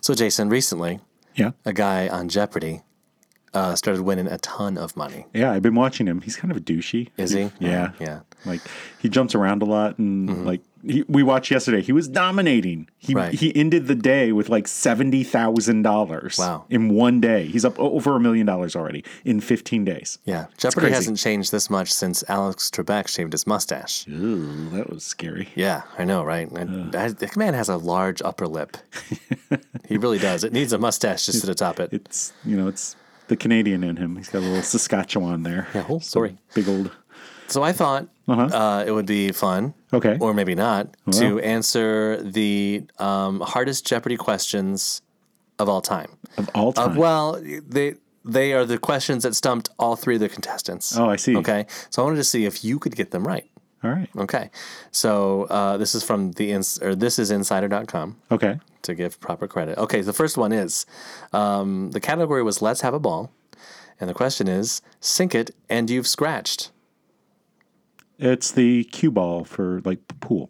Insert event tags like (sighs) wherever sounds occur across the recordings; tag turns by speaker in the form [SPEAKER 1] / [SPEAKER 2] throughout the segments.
[SPEAKER 1] So, Jason, recently,
[SPEAKER 2] Yeah.
[SPEAKER 1] a guy on Jeopardy uh, started winning a ton of money.
[SPEAKER 2] Yeah, I've been watching him. He's kind of a douchey.
[SPEAKER 1] Is he?
[SPEAKER 2] Yeah.
[SPEAKER 1] Yeah. Mm-hmm.
[SPEAKER 2] Like he jumps around a lot and like he, we watched yesterday. He was dominating. He
[SPEAKER 1] Right.
[SPEAKER 2] he ended the day with like seventy thousand dollars.
[SPEAKER 1] Wow.
[SPEAKER 2] In one day, he's up o- over a million dollars already in fifteen days.
[SPEAKER 1] Yeah. Jeopardy
[SPEAKER 2] crazy.
[SPEAKER 1] hasn't changed this much since Alex Trebek shaved his mustache.
[SPEAKER 2] Ooh, that was scary.
[SPEAKER 1] Yeah, I know, right? I, I, that man has a large upper lip. he really does. It needs a mustache just to top it.
[SPEAKER 2] It's you know it's the Canadian in him. He's got a little Saskatchewan there.
[SPEAKER 1] Yeah, oh,
[SPEAKER 2] So
[SPEAKER 1] sorry.
[SPEAKER 2] Big old.
[SPEAKER 1] So I thought
[SPEAKER 2] Uh-huh.
[SPEAKER 1] uh, it would be fun,
[SPEAKER 2] Okay.
[SPEAKER 1] or maybe not, to answer the um, hardest Jeopardy questions of all time.
[SPEAKER 2] of all
[SPEAKER 1] Uh,
[SPEAKER 2] time.
[SPEAKER 1] well, they they are the questions that stumped all three of the contestants.
[SPEAKER 2] Oh, I see.
[SPEAKER 1] Okay, so I wanted to see if you could get them right.
[SPEAKER 2] all right.
[SPEAKER 1] Okay, so uh, this is from the ins- or this is insider.com
[SPEAKER 2] Okay.
[SPEAKER 1] to give proper credit. Okay, the first one is um, the category was let's have a ball, and the question is sink it and you've scratched.
[SPEAKER 2] It's the cue ball for like pool.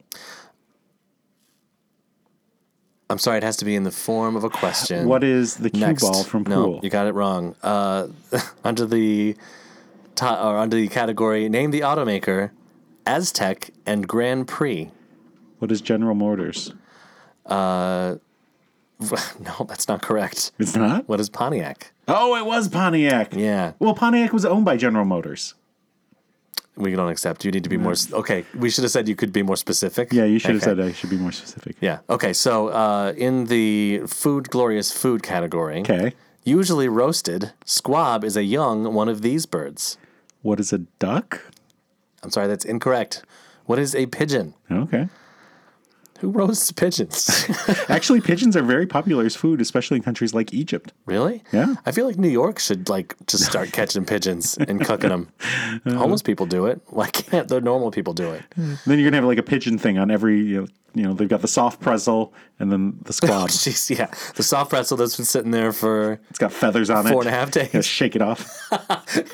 [SPEAKER 1] I'm sorry, it has to be in the form of a question.
[SPEAKER 2] What is the cue
[SPEAKER 1] Next.
[SPEAKER 2] ball from
[SPEAKER 1] no,
[SPEAKER 2] pool?
[SPEAKER 1] you got it wrong. Uh, (laughs) under the to, or under the category, name the automaker, Aztec and Grand Prix. (laughs)
[SPEAKER 2] What is General Motors?
[SPEAKER 1] no, that's not correct.
[SPEAKER 2] It's not.
[SPEAKER 1] What is Pontiac?
[SPEAKER 2] Oh, it was Pontiac.
[SPEAKER 1] Yeah,
[SPEAKER 2] Well, Pontiac was owned by General Motors.
[SPEAKER 1] we don't accept. You need to be more. s- Okay, we should have said you could be more specific.
[SPEAKER 2] Mm. Yeah, you should have
[SPEAKER 1] Okay.
[SPEAKER 2] said I should be more specific.
[SPEAKER 1] Yeah. Okay. So uh, in the food glorious food category,
[SPEAKER 2] Okay.
[SPEAKER 1] usually roasted, squab is a young one of these birds.
[SPEAKER 2] What is a duck?
[SPEAKER 1] I'm sorry, that's incorrect. What is a pigeon?
[SPEAKER 2] Okay.
[SPEAKER 1] Who roasts pigeons? (laughs)
[SPEAKER 2] Actually, pigeons are very popular as food, especially in countries like Egypt.
[SPEAKER 1] really?
[SPEAKER 2] Yeah.
[SPEAKER 1] I feel like New York should like
[SPEAKER 2] (laughs)
[SPEAKER 1] just start catching pigeons and cooking them.
[SPEAKER 2] Uh-huh.
[SPEAKER 1] Homeless people do it. Why can't the normal people do it?
[SPEAKER 2] Then you're gonna have like a pigeon thing on every. You know, you know they've got the soft pretzel and then the
[SPEAKER 1] (laughs)
[SPEAKER 2] squab. it's
[SPEAKER 1] Oh, Jeez, yeah. The soft pretzel that's been sitting there for
[SPEAKER 2] got feathers on it.
[SPEAKER 1] Four and a half days.
[SPEAKER 2] Yeah, shake it off.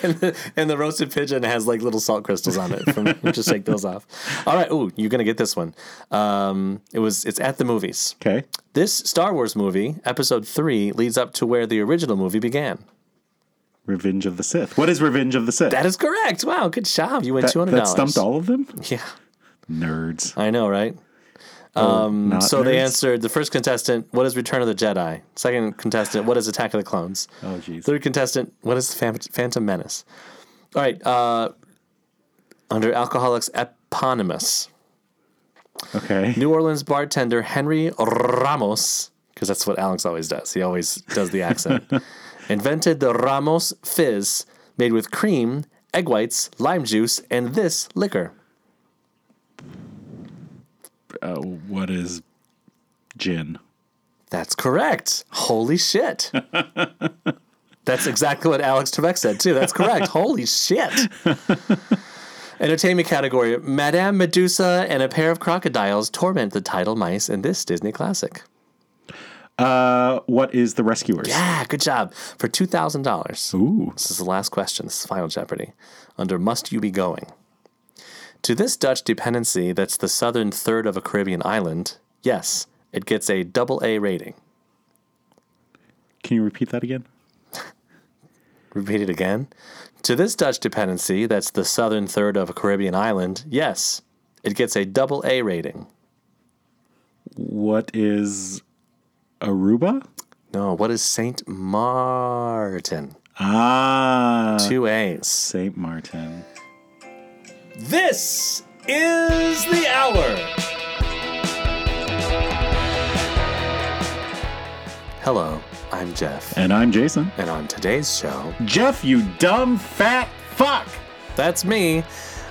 [SPEAKER 1] and the, and the roasted pigeon has like little salt crystals on it. From, just take those
[SPEAKER 2] (laughs)
[SPEAKER 1] off. All right. Ooh, you're gonna get this one. Um, it was it's at the movies.
[SPEAKER 2] Okay.
[SPEAKER 1] This Star Wars movie, Episode Three, leads up to where the original movie began.
[SPEAKER 2] Revenge of the Sith. What is Revenge of the Sith?
[SPEAKER 1] That is correct. Wow, good job. You win
[SPEAKER 2] That-
[SPEAKER 1] two hundred
[SPEAKER 2] that
[SPEAKER 1] dollars.
[SPEAKER 2] stumped all of them.
[SPEAKER 1] Yeah,
[SPEAKER 2] Nerds.
[SPEAKER 1] I know, right?
[SPEAKER 2] Um.
[SPEAKER 1] so they answered the first contestant, "What is Return of the Jedi?" Second contestant, "What is Attack of the Clones?"
[SPEAKER 2] Oh, jeez.
[SPEAKER 1] Third contestant, what is the Pham- Phantom Menace? All right, uh, under Alcoholics Eponymous,
[SPEAKER 2] Okay.
[SPEAKER 1] New Orleans bartender Henry Ramos, because that's what Alex always does. He always does the
[SPEAKER 2] (laughs)
[SPEAKER 1] accent. invented the Ramos Fizz, made with cream, egg whites, lime juice, and this liquor.
[SPEAKER 2] Uh, what is gin?
[SPEAKER 1] That's correct. Holy shit. That's exactly what Alex Trebek said, too. That's correct. Holy shit. Entertainment category Madame Medusa and a pair of crocodiles torment the title mice in this Disney classic.
[SPEAKER 2] Uh, what is the rescuers?
[SPEAKER 1] Yeah, Ah, good job. For $2,000.
[SPEAKER 2] Ooh.
[SPEAKER 1] This is the last question. This is Final Jeopardy. Under Must You Be Going? To this Dutch dependency that's the southern third of a Caribbean island, yes, it gets a double A rating.
[SPEAKER 2] Can you repeat that again?
[SPEAKER 1] Repeat it again. To this Dutch dependency, that's the southern third of a Caribbean island, yes, it gets a double A rating.
[SPEAKER 2] What is Aruba?
[SPEAKER 1] No, what is St. Martin?
[SPEAKER 2] Ah,
[SPEAKER 1] Two A's.
[SPEAKER 2] Saint Martin.
[SPEAKER 1] This is the hour. Hello, I'm Jeff.
[SPEAKER 2] And I'm Jason.
[SPEAKER 1] And on today's show,
[SPEAKER 2] Jeff, you dumb fat fuck.
[SPEAKER 1] that's me.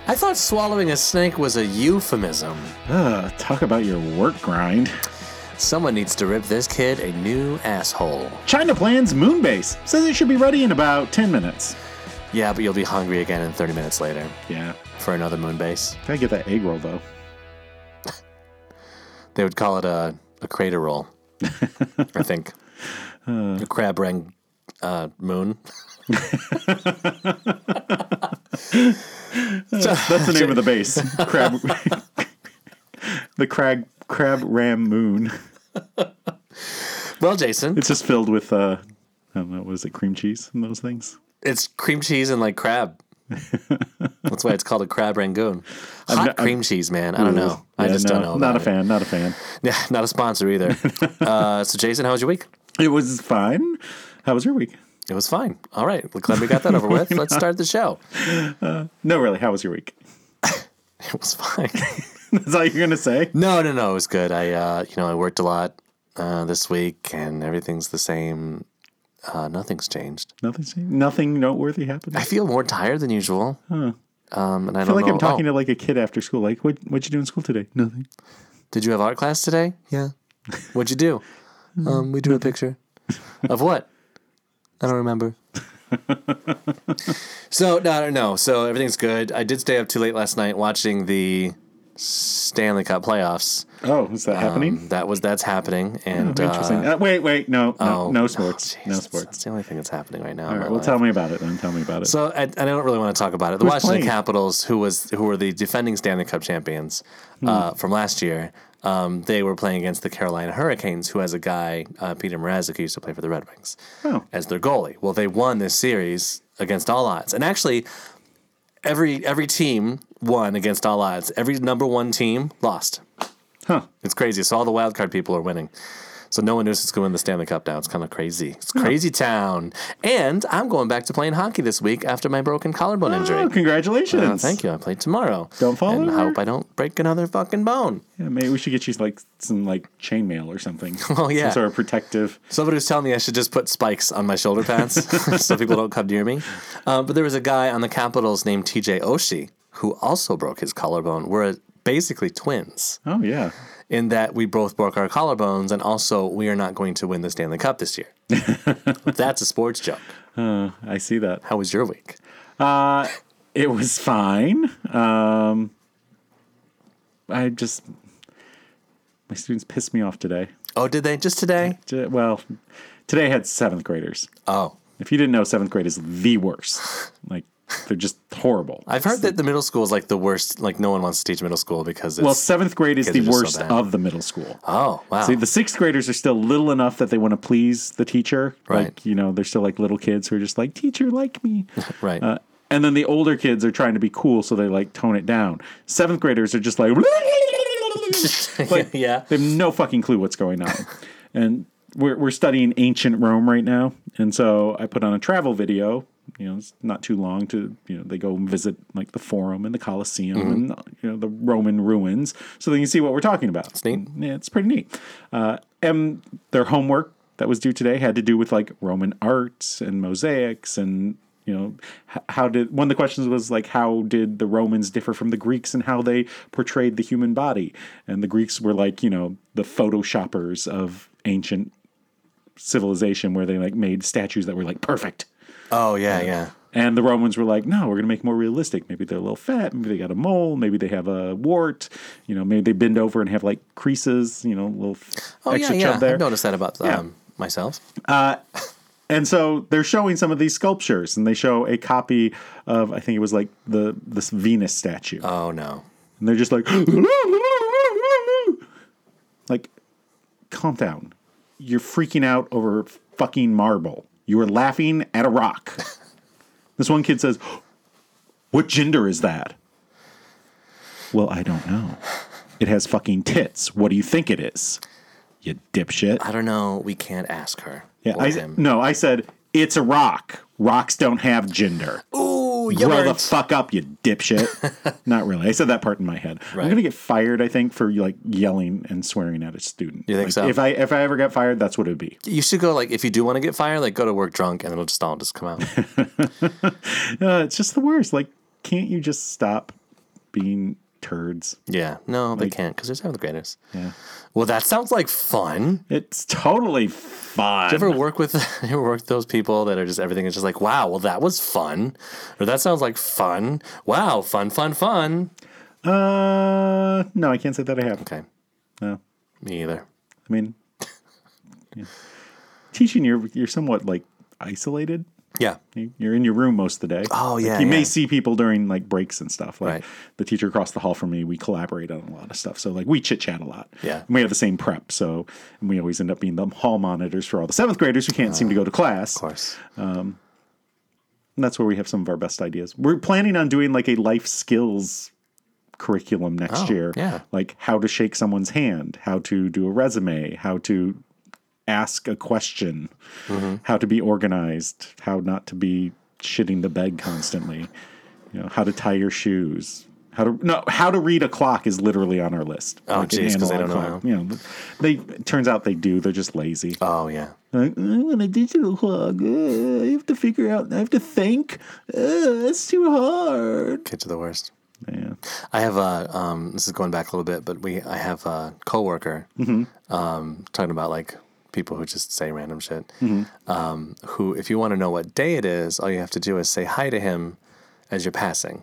[SPEAKER 1] I thought swallowing a snake was a euphemism.
[SPEAKER 2] Ugh, talk about your work grind.
[SPEAKER 1] Someone needs to rip this kid a new asshole.
[SPEAKER 2] China plans moon base. Says it should be ready in about ten minutes.
[SPEAKER 1] Yeah, but you'll be hungry again in 30 minutes later
[SPEAKER 2] Yeah,
[SPEAKER 1] for another moon base.
[SPEAKER 2] gotta get that egg roll (laughs) though.
[SPEAKER 1] They would call it a, a crater
[SPEAKER 2] (laughs)
[SPEAKER 1] roll, I think. a crab rang uh, moon. (laughs)
[SPEAKER 2] That's the name of the base. Crab. (laughs) the crag crab ram moon.
[SPEAKER 1] Well, Jason,
[SPEAKER 2] It's just filled with uh, I don't know, what is it, cream cheese and those things?
[SPEAKER 1] it's cream cheese and like
[SPEAKER 2] (laughs)
[SPEAKER 1] crab. That's why it's called a crab rangoon. Hot
[SPEAKER 2] not- I'm-
[SPEAKER 1] cream cheese, man. I don't know. I
[SPEAKER 2] Yeah,
[SPEAKER 1] just
[SPEAKER 2] no,
[SPEAKER 1] don't know.
[SPEAKER 2] Not
[SPEAKER 1] About
[SPEAKER 2] a fan. Not a fan.
[SPEAKER 1] it. Yeah, (laughs) not a sponsor
[SPEAKER 2] (laughs)
[SPEAKER 1] either. uh, so, Jason, how was your week?
[SPEAKER 2] It was fine. How was your week?
[SPEAKER 1] It was fine. All right, we're glad we got that over
[SPEAKER 2] (laughs)
[SPEAKER 1] with. Let's start the show.
[SPEAKER 2] No, really. How was your week? (laughs)
[SPEAKER 1] It was fine.
[SPEAKER 2] That's all you're gonna say.
[SPEAKER 1] No, no, no. It was good. I, uh, you know, I worked a lot uh, this week, and everything's the same. Uh, nothing's changed.
[SPEAKER 2] Nothing. Nothing noteworthy happened.
[SPEAKER 1] I feel more tired than usual. Um, and I,
[SPEAKER 2] I
[SPEAKER 1] don't
[SPEAKER 2] feel like
[SPEAKER 1] know.
[SPEAKER 2] I'm talking
[SPEAKER 1] oh,
[SPEAKER 2] to like a kid after school. Like, what? What'd you do in school today? Nothing.
[SPEAKER 1] did you have art class today? Yeah. What'd you do? um, we drew a picture. of
[SPEAKER 2] (laughs)
[SPEAKER 1] what? I don't remember. so no, no, no. So everything's good. I did stay up too late last night watching the Stanley Cup playoffs.
[SPEAKER 2] Oh, is that happening?
[SPEAKER 1] Um, that was that's happening, and
[SPEAKER 2] Interesting.
[SPEAKER 1] uh,
[SPEAKER 2] Uh, wait, wait. No, no,
[SPEAKER 1] oh,
[SPEAKER 2] no
[SPEAKER 1] oh,
[SPEAKER 2] sports.
[SPEAKER 1] jeez,
[SPEAKER 2] no
[SPEAKER 1] that's-
[SPEAKER 2] sports.
[SPEAKER 1] That's the only thing that's happening right now. in
[SPEAKER 2] All
[SPEAKER 1] my
[SPEAKER 2] right. Well,
[SPEAKER 1] life.
[SPEAKER 2] tell me about it then. Tell me about it.
[SPEAKER 1] So I, I don't really want to talk about it. The
[SPEAKER 2] Who's
[SPEAKER 1] Washington
[SPEAKER 2] playing?
[SPEAKER 1] Capitals, who was who were the defending Stanley Cup champions
[SPEAKER 2] Hmm.
[SPEAKER 1] uh, from last year, um, they were playing against the Carolina Hurricanes, who has a guy uh, Peter Mrazek who used to play for the Red Wings
[SPEAKER 2] Oh.
[SPEAKER 1] as their goalie. Well, they won this series against all odds, and actually, every every team won against all odds. Every number one team lost.
[SPEAKER 2] huh.
[SPEAKER 1] It's crazy. So all the wild card people are winning. So no one knows who's going to win the Stanley Cup now. It's kind of crazy. It's crazy town. And I'm going back to playing hockey this week after my broken collarbone injury.
[SPEAKER 2] Oh, congratulations.
[SPEAKER 1] Uh, thank you. I play tomorrow.
[SPEAKER 2] Don't fall
[SPEAKER 1] And I
[SPEAKER 2] over.
[SPEAKER 1] hope I don't break another fucking bone.
[SPEAKER 2] Yeah, maybe we should get you like some like chainmail or something.
[SPEAKER 1] (laughs) Oh, yeah.
[SPEAKER 2] Some sort of protective.
[SPEAKER 1] Somebody was telling me I should just put spikes on my shoulder
[SPEAKER 2] (laughs)
[SPEAKER 1] pads (laughs) so people don't come near me. Uh, but there was a guy on the Capitals named TJ Oshie who also broke his collarbone. We're basically twins.
[SPEAKER 2] Oh yeah.
[SPEAKER 1] in that we both broke our collarbones and also we are not going to win the Stanley Cup
[SPEAKER 2] (laughs)
[SPEAKER 1] this year. That's a sports joke.
[SPEAKER 2] Uh, I see that.
[SPEAKER 1] How was your week?
[SPEAKER 2] Uh, it was fine. Um, I just my students pissed me off today.
[SPEAKER 1] Oh, did they just today?
[SPEAKER 2] J- Well, today I had seventh graders.
[SPEAKER 1] Oh,
[SPEAKER 2] If you didn't know, seventh grade is the worst. Like they're just horrible.
[SPEAKER 1] I've heard that the middle school is like the worst. Like no one wants to teach middle school because it's
[SPEAKER 2] well, seventh grade is the
[SPEAKER 1] Kids are just
[SPEAKER 2] worst
[SPEAKER 1] so bad.
[SPEAKER 2] of the middle school.
[SPEAKER 1] oh wow.
[SPEAKER 2] See, the sixth graders are still little enough that they want to please the teacher.
[SPEAKER 1] Right.
[SPEAKER 2] Like, you know, they're still like little kids who are just like, teacher,
[SPEAKER 1] (laughs)
[SPEAKER 2] like me.
[SPEAKER 1] Right.
[SPEAKER 2] Uh, and then the older kids are trying to be cool, so they like tone it down. Seventh graders are
[SPEAKER 1] (laughs)
[SPEAKER 2] just like, like,
[SPEAKER 1] Yeah.
[SPEAKER 2] They have no fucking clue what's going on. and we're, we're studying ancient Rome right now. And so I put on a travel video. You know, it's not too long to, you know, they go and visit like the Forum and the Colosseum
[SPEAKER 1] Mm-hmm.
[SPEAKER 2] and, you know, the Roman ruins. So they can see what we're talking about. It's
[SPEAKER 1] neat.
[SPEAKER 2] Yeah, it's pretty neat. Uh, and their homework that was due today had to do with like Roman arts and mosaics and, you know, h- how did one of the questions was like, how did the Romans differ from the Greeks and how they portrayed the human body? And the Greeks were like, you know, the photoshoppers of ancient civilization where they like made statues that were like perfect.
[SPEAKER 1] oh yeah, yeah.
[SPEAKER 2] And the Romans were like, no, we're going to make it more realistic. Maybe they're a little fat. Maybe they got a mole. Maybe they have a wart. You know, maybe they bend over and have like creases, you know, a little
[SPEAKER 1] Oh yeah,
[SPEAKER 2] extra
[SPEAKER 1] yeah.
[SPEAKER 2] chub there.
[SPEAKER 1] I've noticed that about um, myself.
[SPEAKER 2] And so they're showing some of these sculptures and they show a copy of, I think it was like the this Venus statue.
[SPEAKER 1] Oh no.
[SPEAKER 2] and they're just like, like, calm down. You're freaking out over fucking marble. You are laughing at a rock. this one kid says, What gender is that? Well, I don't know. It has fucking tits. What do you think it is? You dipshit.
[SPEAKER 1] I don't know. We can't ask her.
[SPEAKER 2] Yeah,
[SPEAKER 1] or
[SPEAKER 2] I,
[SPEAKER 1] him.
[SPEAKER 2] no, I said, It's a rock. Rocks don't have gender.
[SPEAKER 1] Ooh, you
[SPEAKER 2] Grow the
[SPEAKER 1] learned.
[SPEAKER 2] fuck up, you
[SPEAKER 1] (laughs)
[SPEAKER 2] dipshit. Not really. I said that part in my head. I'm gonna get fired, I think, for like yelling and swearing at a student. You
[SPEAKER 1] think so?
[SPEAKER 2] If I if I ever got fired, that's what it'd be.
[SPEAKER 1] you should go like if you do want to get fired, like go to work drunk and it'll just all just come out.
[SPEAKER 2] Uh, it's just the worst. Like, can't you just stop being turds?
[SPEAKER 1] yeah. No, they can't because they're seventh graders.
[SPEAKER 2] Yeah.
[SPEAKER 1] Well, that sounds like fun.
[SPEAKER 2] It's totally fun.
[SPEAKER 1] ever work with (laughs) you ever work with those people that are just everything is just like wow well that was fun or that sounds like fun wow fun fun fun
[SPEAKER 2] uh no, I can't say that I have.
[SPEAKER 1] okay
[SPEAKER 2] No.
[SPEAKER 1] me either
[SPEAKER 2] (laughs) I mean yeah. teaching you're you're somewhat like isolated.
[SPEAKER 1] Yeah.
[SPEAKER 2] You- You're in your room most of the day.
[SPEAKER 1] Oh,
[SPEAKER 2] Like,
[SPEAKER 1] yeah,
[SPEAKER 2] you
[SPEAKER 1] yeah.
[SPEAKER 2] may see people during like breaks and stuff. Like
[SPEAKER 1] Right.
[SPEAKER 2] the teacher across the hall from me, we collaborate on a lot of stuff. So like we chit chat a lot.
[SPEAKER 1] Yeah.
[SPEAKER 2] And we have the same prep, so and we always end up being the hall monitors for all the seventh graders who can't seem to go to class.
[SPEAKER 1] Of course.
[SPEAKER 2] And that's where we have some of our best ideas. We're planning on doing like a life skills curriculum next
[SPEAKER 1] Oh,
[SPEAKER 2] year.
[SPEAKER 1] yeah.
[SPEAKER 2] Like how to shake someone's hand, how to do a resume, how to ask a question,
[SPEAKER 1] Mm-hmm.
[SPEAKER 2] how to be organized, how not to be shitting the bed constantly, you know, how to tie your shoes. How to no? How to read a clock is literally on our list.
[SPEAKER 1] Oh,
[SPEAKER 2] an
[SPEAKER 1] geez, 'cause they
[SPEAKER 2] analog
[SPEAKER 1] don't know
[SPEAKER 2] clock. You know, they it turns out they do. They're just lazy.
[SPEAKER 1] Oh, yeah.
[SPEAKER 2] Like, I want a digital clock. Uh, I have to figure out. I have to think. Uh, that's too hard.
[SPEAKER 1] Kids are the worst.
[SPEAKER 2] Yeah.
[SPEAKER 1] I have a. Um, this is going back a little bit, but we I have a coworker um, talking about like people who just say random shit. Um, who, if you want to know what day it is, all you have to do is say hi to him as you're passing,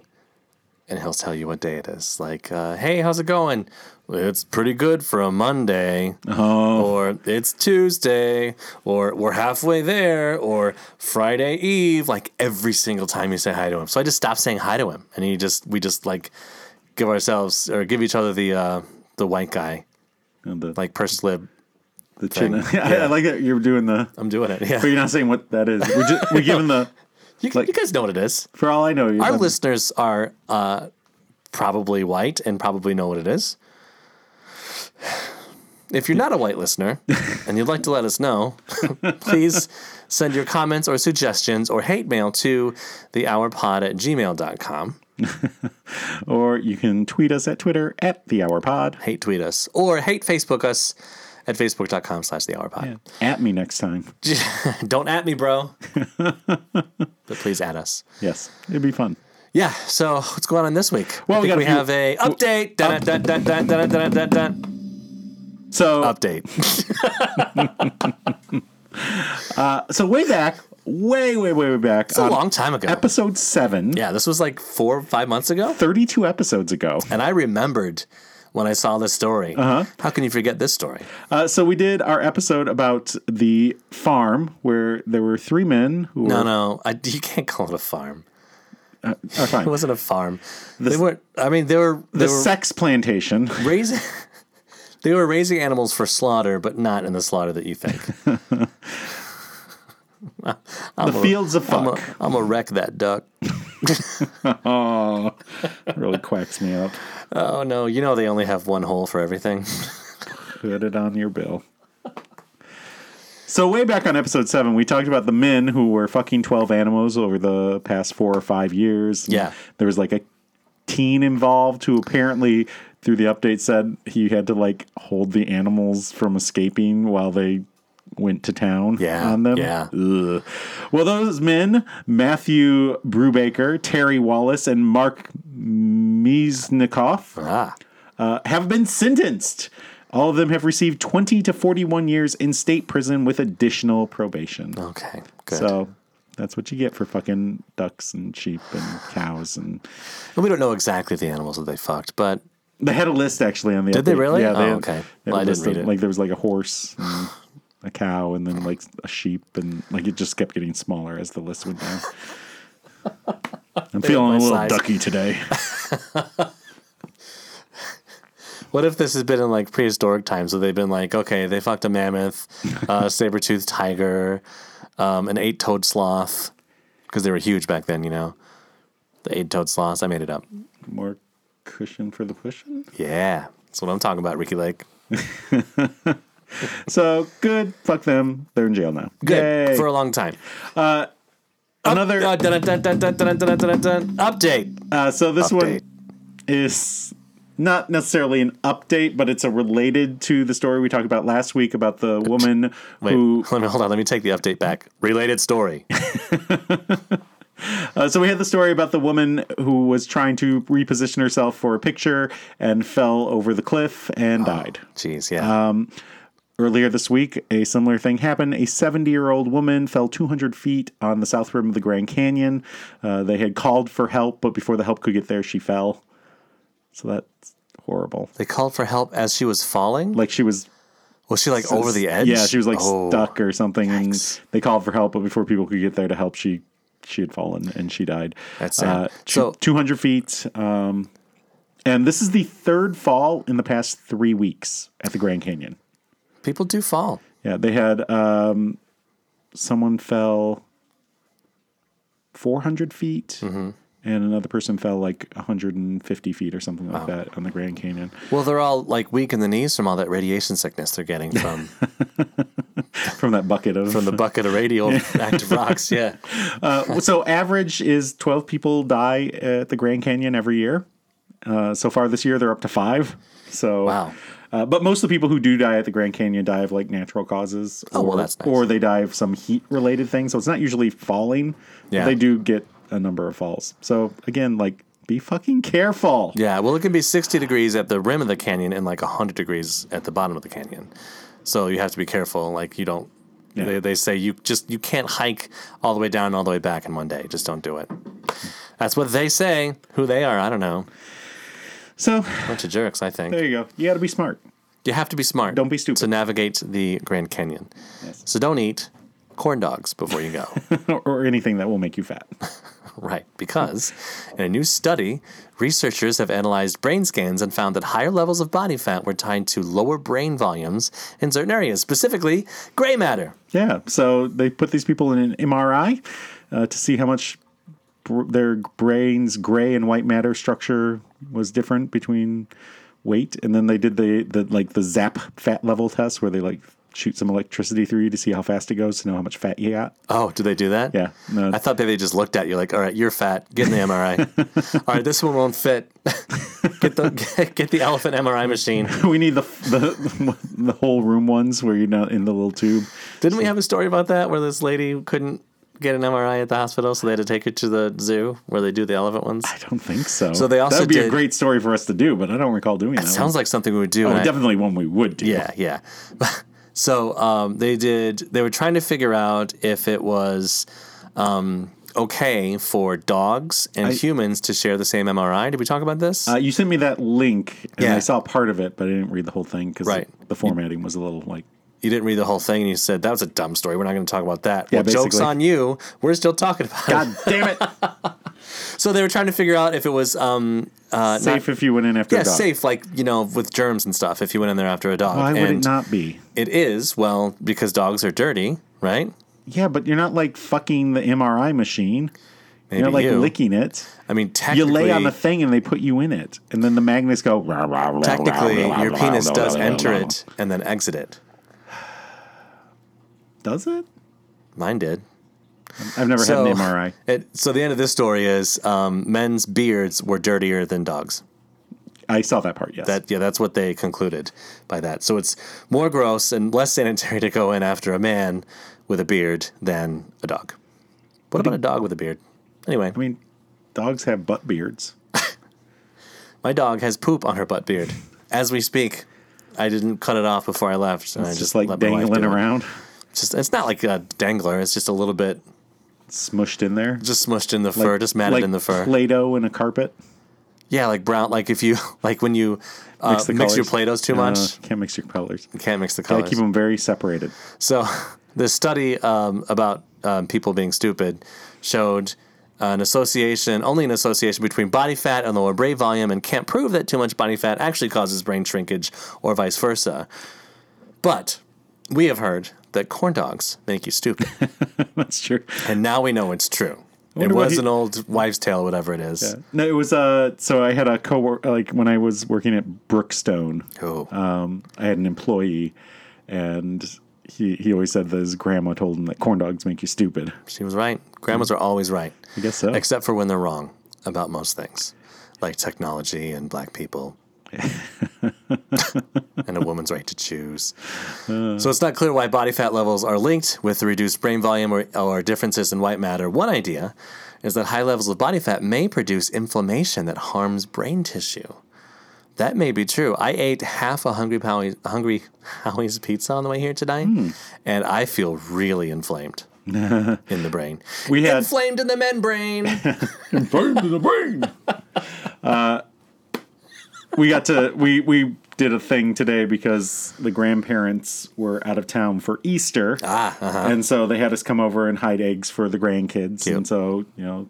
[SPEAKER 1] and he'll tell you what day it is. Like, uh, hey, how's it going? It's pretty good for a Monday, or it's Tuesday, or we're halfway there, or Friday Eve. Like every single time you say hi to him, so I just stopped saying hi to him, and he just we just like give ourselves or give each other the uh, the white guy
[SPEAKER 2] And the
[SPEAKER 1] like purse lib.
[SPEAKER 2] the chin. (laughs) I, I like that you're doing the.
[SPEAKER 1] I'm doing it. (laughs) Yeah,
[SPEAKER 2] But you're not saying what that is. We're just we're giving the.
[SPEAKER 1] you,
[SPEAKER 2] like-
[SPEAKER 1] you guys know what it is.
[SPEAKER 2] For all I know, you're
[SPEAKER 1] Our
[SPEAKER 2] done.
[SPEAKER 1] listeners are uh, probably white and probably know what it is. If you're not a white listener and you'd like to let us know, (laughs) please send your comments or suggestions or hate mail to thehourpod at gmail.com.
[SPEAKER 2] or you can tweet us at Twitter at the Hour Pod.
[SPEAKER 1] Hate tweet us or hate Facebook us at facebook.com slash thehourpod.
[SPEAKER 2] At me next time.
[SPEAKER 1] (laughs) Don't at me, bro. but please at us.
[SPEAKER 2] Yes, it'd be fun.
[SPEAKER 1] Yeah. So what's going on this week?
[SPEAKER 2] Well,
[SPEAKER 1] I
[SPEAKER 2] we
[SPEAKER 1] think
[SPEAKER 2] got a
[SPEAKER 1] we,
[SPEAKER 2] few-
[SPEAKER 1] have a update. Dun, dun, dun, dun, dun, dun, dun, dun.
[SPEAKER 2] So
[SPEAKER 1] Uh, Update.
[SPEAKER 2] so way back, way way way way back. um,
[SPEAKER 1] It's a long time ago.
[SPEAKER 2] Episode seven.
[SPEAKER 1] yeah, this was like four, five months ago,
[SPEAKER 2] 32 episodes ago.
[SPEAKER 1] and I remembered when I saw this story. Uh-huh. How can you forget this story?
[SPEAKER 2] Uh, so we did our episode about the farm where there were three men who
[SPEAKER 1] No,
[SPEAKER 2] were
[SPEAKER 1] no, I, (laughs) you can't call it a farm.
[SPEAKER 2] are
[SPEAKER 1] It
[SPEAKER 2] uh, fine.
[SPEAKER 1] wasn't a farm. they weren't. I mean, they were. They
[SPEAKER 2] the
[SPEAKER 1] were
[SPEAKER 2] sex plantation.
[SPEAKER 1] raising. (laughs) they were raising animals for slaughter, but not in the slaughter that you think.
[SPEAKER 2] the fields of
[SPEAKER 1] I'm
[SPEAKER 2] fuck
[SPEAKER 1] gonna I'm gonna wreck that duck.
[SPEAKER 2] (laughs) really quacks me up.
[SPEAKER 1] Oh no, you know they only have one hole for everything. (laughs)
[SPEAKER 2] Put it on your bill. So way back on episode seven, we talked about the men who were fucking twelve animals over the past four or five years. And
[SPEAKER 1] Yeah.
[SPEAKER 2] there was like a teen involved who apparently, through the update, said he had to like hold the animals from escaping while they went to town
[SPEAKER 1] Yeah,
[SPEAKER 2] on them.
[SPEAKER 1] yeah.
[SPEAKER 2] Ugh. Well, those men, Matthew Brubaker, Terry Wallace, and Mark Miesnikoff,
[SPEAKER 1] ah,
[SPEAKER 2] uh, have been sentenced. All of them have received 20 to 41 years in state prison with additional probation.
[SPEAKER 1] okay, Oh, good.
[SPEAKER 2] So that's what you get for fucking ducks and sheep and cows. And
[SPEAKER 1] And we don't know exactly the animals that they fucked, but
[SPEAKER 2] they had a list actually on the.
[SPEAKER 1] Did they
[SPEAKER 2] update.
[SPEAKER 1] really?
[SPEAKER 2] Yeah. They
[SPEAKER 1] Oh,
[SPEAKER 2] had-
[SPEAKER 1] okay.
[SPEAKER 2] they had
[SPEAKER 1] Well,
[SPEAKER 2] a
[SPEAKER 1] I didn't
[SPEAKER 2] list of-
[SPEAKER 1] read it.
[SPEAKER 2] Like there was like a horse. And, A cow and then like a sheep and like it just kept getting smaller as the list went
[SPEAKER 1] (laughs)
[SPEAKER 2] down. I'm feeling
[SPEAKER 1] my
[SPEAKER 2] a little
[SPEAKER 1] size. (laughs)
[SPEAKER 2] ducky today.
[SPEAKER 1] what if this has been in like prehistoric times? So they've been like, okay, they fucked a
[SPEAKER 2] (laughs)
[SPEAKER 1] mammoth, a saber toothed tiger, um, an eight toed sloth, because they were huge back then, you know. The eight toed sloths, I made it up.
[SPEAKER 2] More cushion for the cushion.
[SPEAKER 1] Yeah, that's what I'm talking about, Ricky Lake.
[SPEAKER 2] So good. Fuck them. They're in jail now.
[SPEAKER 1] Good
[SPEAKER 2] Yay. Uh,
[SPEAKER 1] for a long time.
[SPEAKER 2] Another
[SPEAKER 1] Uh, dun, dun, dun, dun, dun, dun, dun, dun. Update.
[SPEAKER 2] Uh, so this
[SPEAKER 1] Update.
[SPEAKER 2] one is not necessarily an update, but it's a related to the story we talked about last week about the woman
[SPEAKER 1] Wait,
[SPEAKER 2] who.
[SPEAKER 1] (laughs) let me hold on. Let me take the update back. Related story.
[SPEAKER 2] (laughs) Uh, so we had the story about the woman who was trying to reposition herself for a picture and fell over the cliff and
[SPEAKER 1] Ah.
[SPEAKER 2] died.
[SPEAKER 1] Jeez,
[SPEAKER 2] Um,
[SPEAKER 1] yeah.
[SPEAKER 2] Earlier this week, a similar thing happened. A 70 year old woman fell 200 feet on the south rim of the Grand Canyon. Uh, they had called for help, but before the help could get there, she fell. So that's horrible.
[SPEAKER 1] they called for help as she was falling.
[SPEAKER 2] Like she was
[SPEAKER 1] Was she like over the edge?
[SPEAKER 2] Yeah, she was like
[SPEAKER 1] Oh.
[SPEAKER 2] stuck or something,
[SPEAKER 1] Yikes.
[SPEAKER 2] and they called for help. But before people could get there to help, she she had fallen and she died. Uh,
[SPEAKER 1] That's sad. So-
[SPEAKER 2] two hundred feet. Um, and this is the third fall in the past three weeks at the Grand Canyon.
[SPEAKER 1] People do fall.
[SPEAKER 2] Yeah, they had um, someone fell four hundred feet.
[SPEAKER 1] Mm-hmm.
[SPEAKER 2] And another person fell like 150 feet or something like that on the Grand Canyon.
[SPEAKER 1] Well, they're all like weak in the knees from all that radiation sickness they're getting from
[SPEAKER 2] from that bucket of
[SPEAKER 1] from the bucket of
[SPEAKER 2] (laughs)
[SPEAKER 1] radio active rocks. Yeah.
[SPEAKER 2] uh, so average is 12 people die at the grand canyon every year uh, so far this year they're up to five so
[SPEAKER 1] Wow.
[SPEAKER 2] uh, but most of the people who do die at the grand canyon die of like natural causes
[SPEAKER 1] Oh,
[SPEAKER 2] or,
[SPEAKER 1] well, that's nice.
[SPEAKER 2] or they die of some heat related thing so it's not usually falling but
[SPEAKER 1] Yeah.
[SPEAKER 2] they do get a number of falls so again like be fucking careful
[SPEAKER 1] Yeah. Well, it can be 60 degrees at the rim of the canyon and like 100 degrees at the bottom of the canyon. So you have to be careful. Like, you don't. They, they say you just you can't hike all the way down and all the way back in one day. Just don't do it. That's what they say. Who they are, I don't know.
[SPEAKER 2] so
[SPEAKER 1] Bunch of jerks, I think.
[SPEAKER 2] there you go you gotta be smart (laughs)
[SPEAKER 1] You have to be smart.
[SPEAKER 2] Don't be stupid.
[SPEAKER 1] To navigate the Grand Canyon. So don't eat corn dogs before you
[SPEAKER 2] (laughs)
[SPEAKER 1] go.
[SPEAKER 2] or, or anything that will make you fat
[SPEAKER 1] Right, because in a new study, researchers have analyzed brain scans and found that higher levels of body fat were tied to lower brain volumes in certain areas, specifically gray matter.
[SPEAKER 2] Yeah. So they put these people in an MRI uh, to see how much br- their brain's gray and white matter structure was different between weight, and then they did the, the like the Zap fat level test where they like shoot some electricity through you to see how fast it goes to know how much fat you got. (laughs)
[SPEAKER 1] Oh, do they do that?
[SPEAKER 2] Yeah. No.
[SPEAKER 1] I thought maybe they just looked at you like, all right, you're fat. Get in the
[SPEAKER 2] (laughs)
[SPEAKER 1] MRI. all right, this one won't fit. (laughs) get, the, (laughs) get, the elephant MRI machine.
[SPEAKER 2] we need the the (laughs) the whole room ones where you're not in the little tube.
[SPEAKER 1] Didn't we have a story about that where this lady couldn't get an MRI at the hospital, so they had to take her to the zoo where they do the elephant ones?
[SPEAKER 2] I don't think so.
[SPEAKER 1] So they also
[SPEAKER 2] that would be a
[SPEAKER 1] did-
[SPEAKER 2] great story for us to do, but I don't recall doing that. one.
[SPEAKER 1] Sounds like something we would do. and I-
[SPEAKER 2] definitely one we would do.
[SPEAKER 1] Yeah, yeah. (laughs) so um, they did. They were trying to figure out if it was um, okay for dogs and humans to share the same MRI. Did we talk about this?
[SPEAKER 2] Uh, you sent me that link, and
[SPEAKER 1] Yeah.
[SPEAKER 2] I saw part of it, but I didn't read the whole thing because
[SPEAKER 1] Right.
[SPEAKER 2] the formatting was a little like.
[SPEAKER 1] (laughs) you didn't read the whole thing, and you said that was a dumb story. We're not going to talk about that.
[SPEAKER 2] Yeah,
[SPEAKER 1] well, jokes
[SPEAKER 2] basically.
[SPEAKER 1] on you. We're still talking about it.
[SPEAKER 2] God damn
[SPEAKER 1] (laughs)
[SPEAKER 2] it!
[SPEAKER 1] So they were trying to figure out if it was um, uh, not-
[SPEAKER 2] safe if you went in after.
[SPEAKER 1] yeah,
[SPEAKER 2] a dog.
[SPEAKER 1] safe, like you know, with germs and stuff. If you went in there after a dog,
[SPEAKER 2] Why would
[SPEAKER 1] and
[SPEAKER 2] it not be?
[SPEAKER 1] It is well because dogs are dirty, right?
[SPEAKER 2] Yeah, but you're not like fucking the MRI machine. you're
[SPEAKER 1] Maybe
[SPEAKER 2] like
[SPEAKER 1] you.
[SPEAKER 2] licking it.
[SPEAKER 1] I mean,
[SPEAKER 2] You
[SPEAKER 1] technically,
[SPEAKER 2] lay on the thing and they put you in it, and then the magnets go.
[SPEAKER 1] Technically,
[SPEAKER 2] Technically,
[SPEAKER 1] your penis does enter it and then exit it.
[SPEAKER 2] Does it?
[SPEAKER 1] Mine did.
[SPEAKER 2] I've never
[SPEAKER 1] So,
[SPEAKER 2] had an MRI.
[SPEAKER 1] It, so the end of this story is um, men's beards were dirtier than dogs.
[SPEAKER 2] I saw that part. Yes.
[SPEAKER 1] That yeah, that's what they concluded by that. So it's more gross and less sanitary to go in after a man with a beard than a dog. What about a dog with a beard? Anyway,
[SPEAKER 2] I mean, dogs have butt beards.
[SPEAKER 1] my dog has poop on her butt beard as we speak. I didn't cut it off before I left, and I
[SPEAKER 2] It's
[SPEAKER 1] just
[SPEAKER 2] just
[SPEAKER 1] let
[SPEAKER 2] like
[SPEAKER 1] my wife
[SPEAKER 2] dangling
[SPEAKER 1] do it.
[SPEAKER 2] around,
[SPEAKER 1] Just it's not like a dangler. It's just a little bit
[SPEAKER 2] smushed in there.
[SPEAKER 1] just smushed in the fur, just matted
[SPEAKER 2] like
[SPEAKER 1] in the fur.
[SPEAKER 2] Play-Doh in a carpet.
[SPEAKER 1] Yeah, like brown. Like if you (laughs) like when you uh, mix,
[SPEAKER 2] the
[SPEAKER 1] your
[SPEAKER 2] colors.
[SPEAKER 1] Play-Dohs too much,
[SPEAKER 2] Uh, can't mix your colors.
[SPEAKER 1] you can't mix the
[SPEAKER 2] Gotta
[SPEAKER 1] colors.
[SPEAKER 2] keep them very separated. (laughs)
[SPEAKER 1] so, (laughs) the study um, about um, people being stupid showed an association, only an association between body fat and lower brain volume, and can't prove that too much body fat actually causes brain shrinkage or vice versa. But we have heard that corn dogs make you
[SPEAKER 2] (laughs)
[SPEAKER 1] stupid,
[SPEAKER 2] That's true.
[SPEAKER 1] and now we know it's true. It
[SPEAKER 2] wonder why
[SPEAKER 1] was
[SPEAKER 2] he-
[SPEAKER 1] an old wives' tale, whatever it is.
[SPEAKER 2] No, it was uh. So I had a cowork like when I was working at Brookstone.
[SPEAKER 1] Oh.
[SPEAKER 2] Um, I had an employee, and he he always said that his grandma told him that corn dogs make you stupid.
[SPEAKER 1] She was right. Grandmas
[SPEAKER 2] Hmm.
[SPEAKER 1] are always right.
[SPEAKER 2] I guess so.
[SPEAKER 1] Except for when they're wrong about most things, like technology and black people. and a woman's right to choose. so it's not clear why body fat levels are linked with the reduced brain volume or, or differences in white matter. One idea is that high levels of body fat may produce inflammation that harms brain tissue. That may be true. I ate half a Hungry Howie's, Hungry Howie's pizza on the way here tonight, and I feel really inflamed in the brain.
[SPEAKER 2] We had-
[SPEAKER 1] inflamed in the
[SPEAKER 2] (laughs)
[SPEAKER 1] membrane.
[SPEAKER 2] we got to we we did a thing today because the grandparents were out of town for Easter.
[SPEAKER 1] Ah, uh-huh.
[SPEAKER 2] And so they had us come over and hide eggs for the grandkids. And so, you know,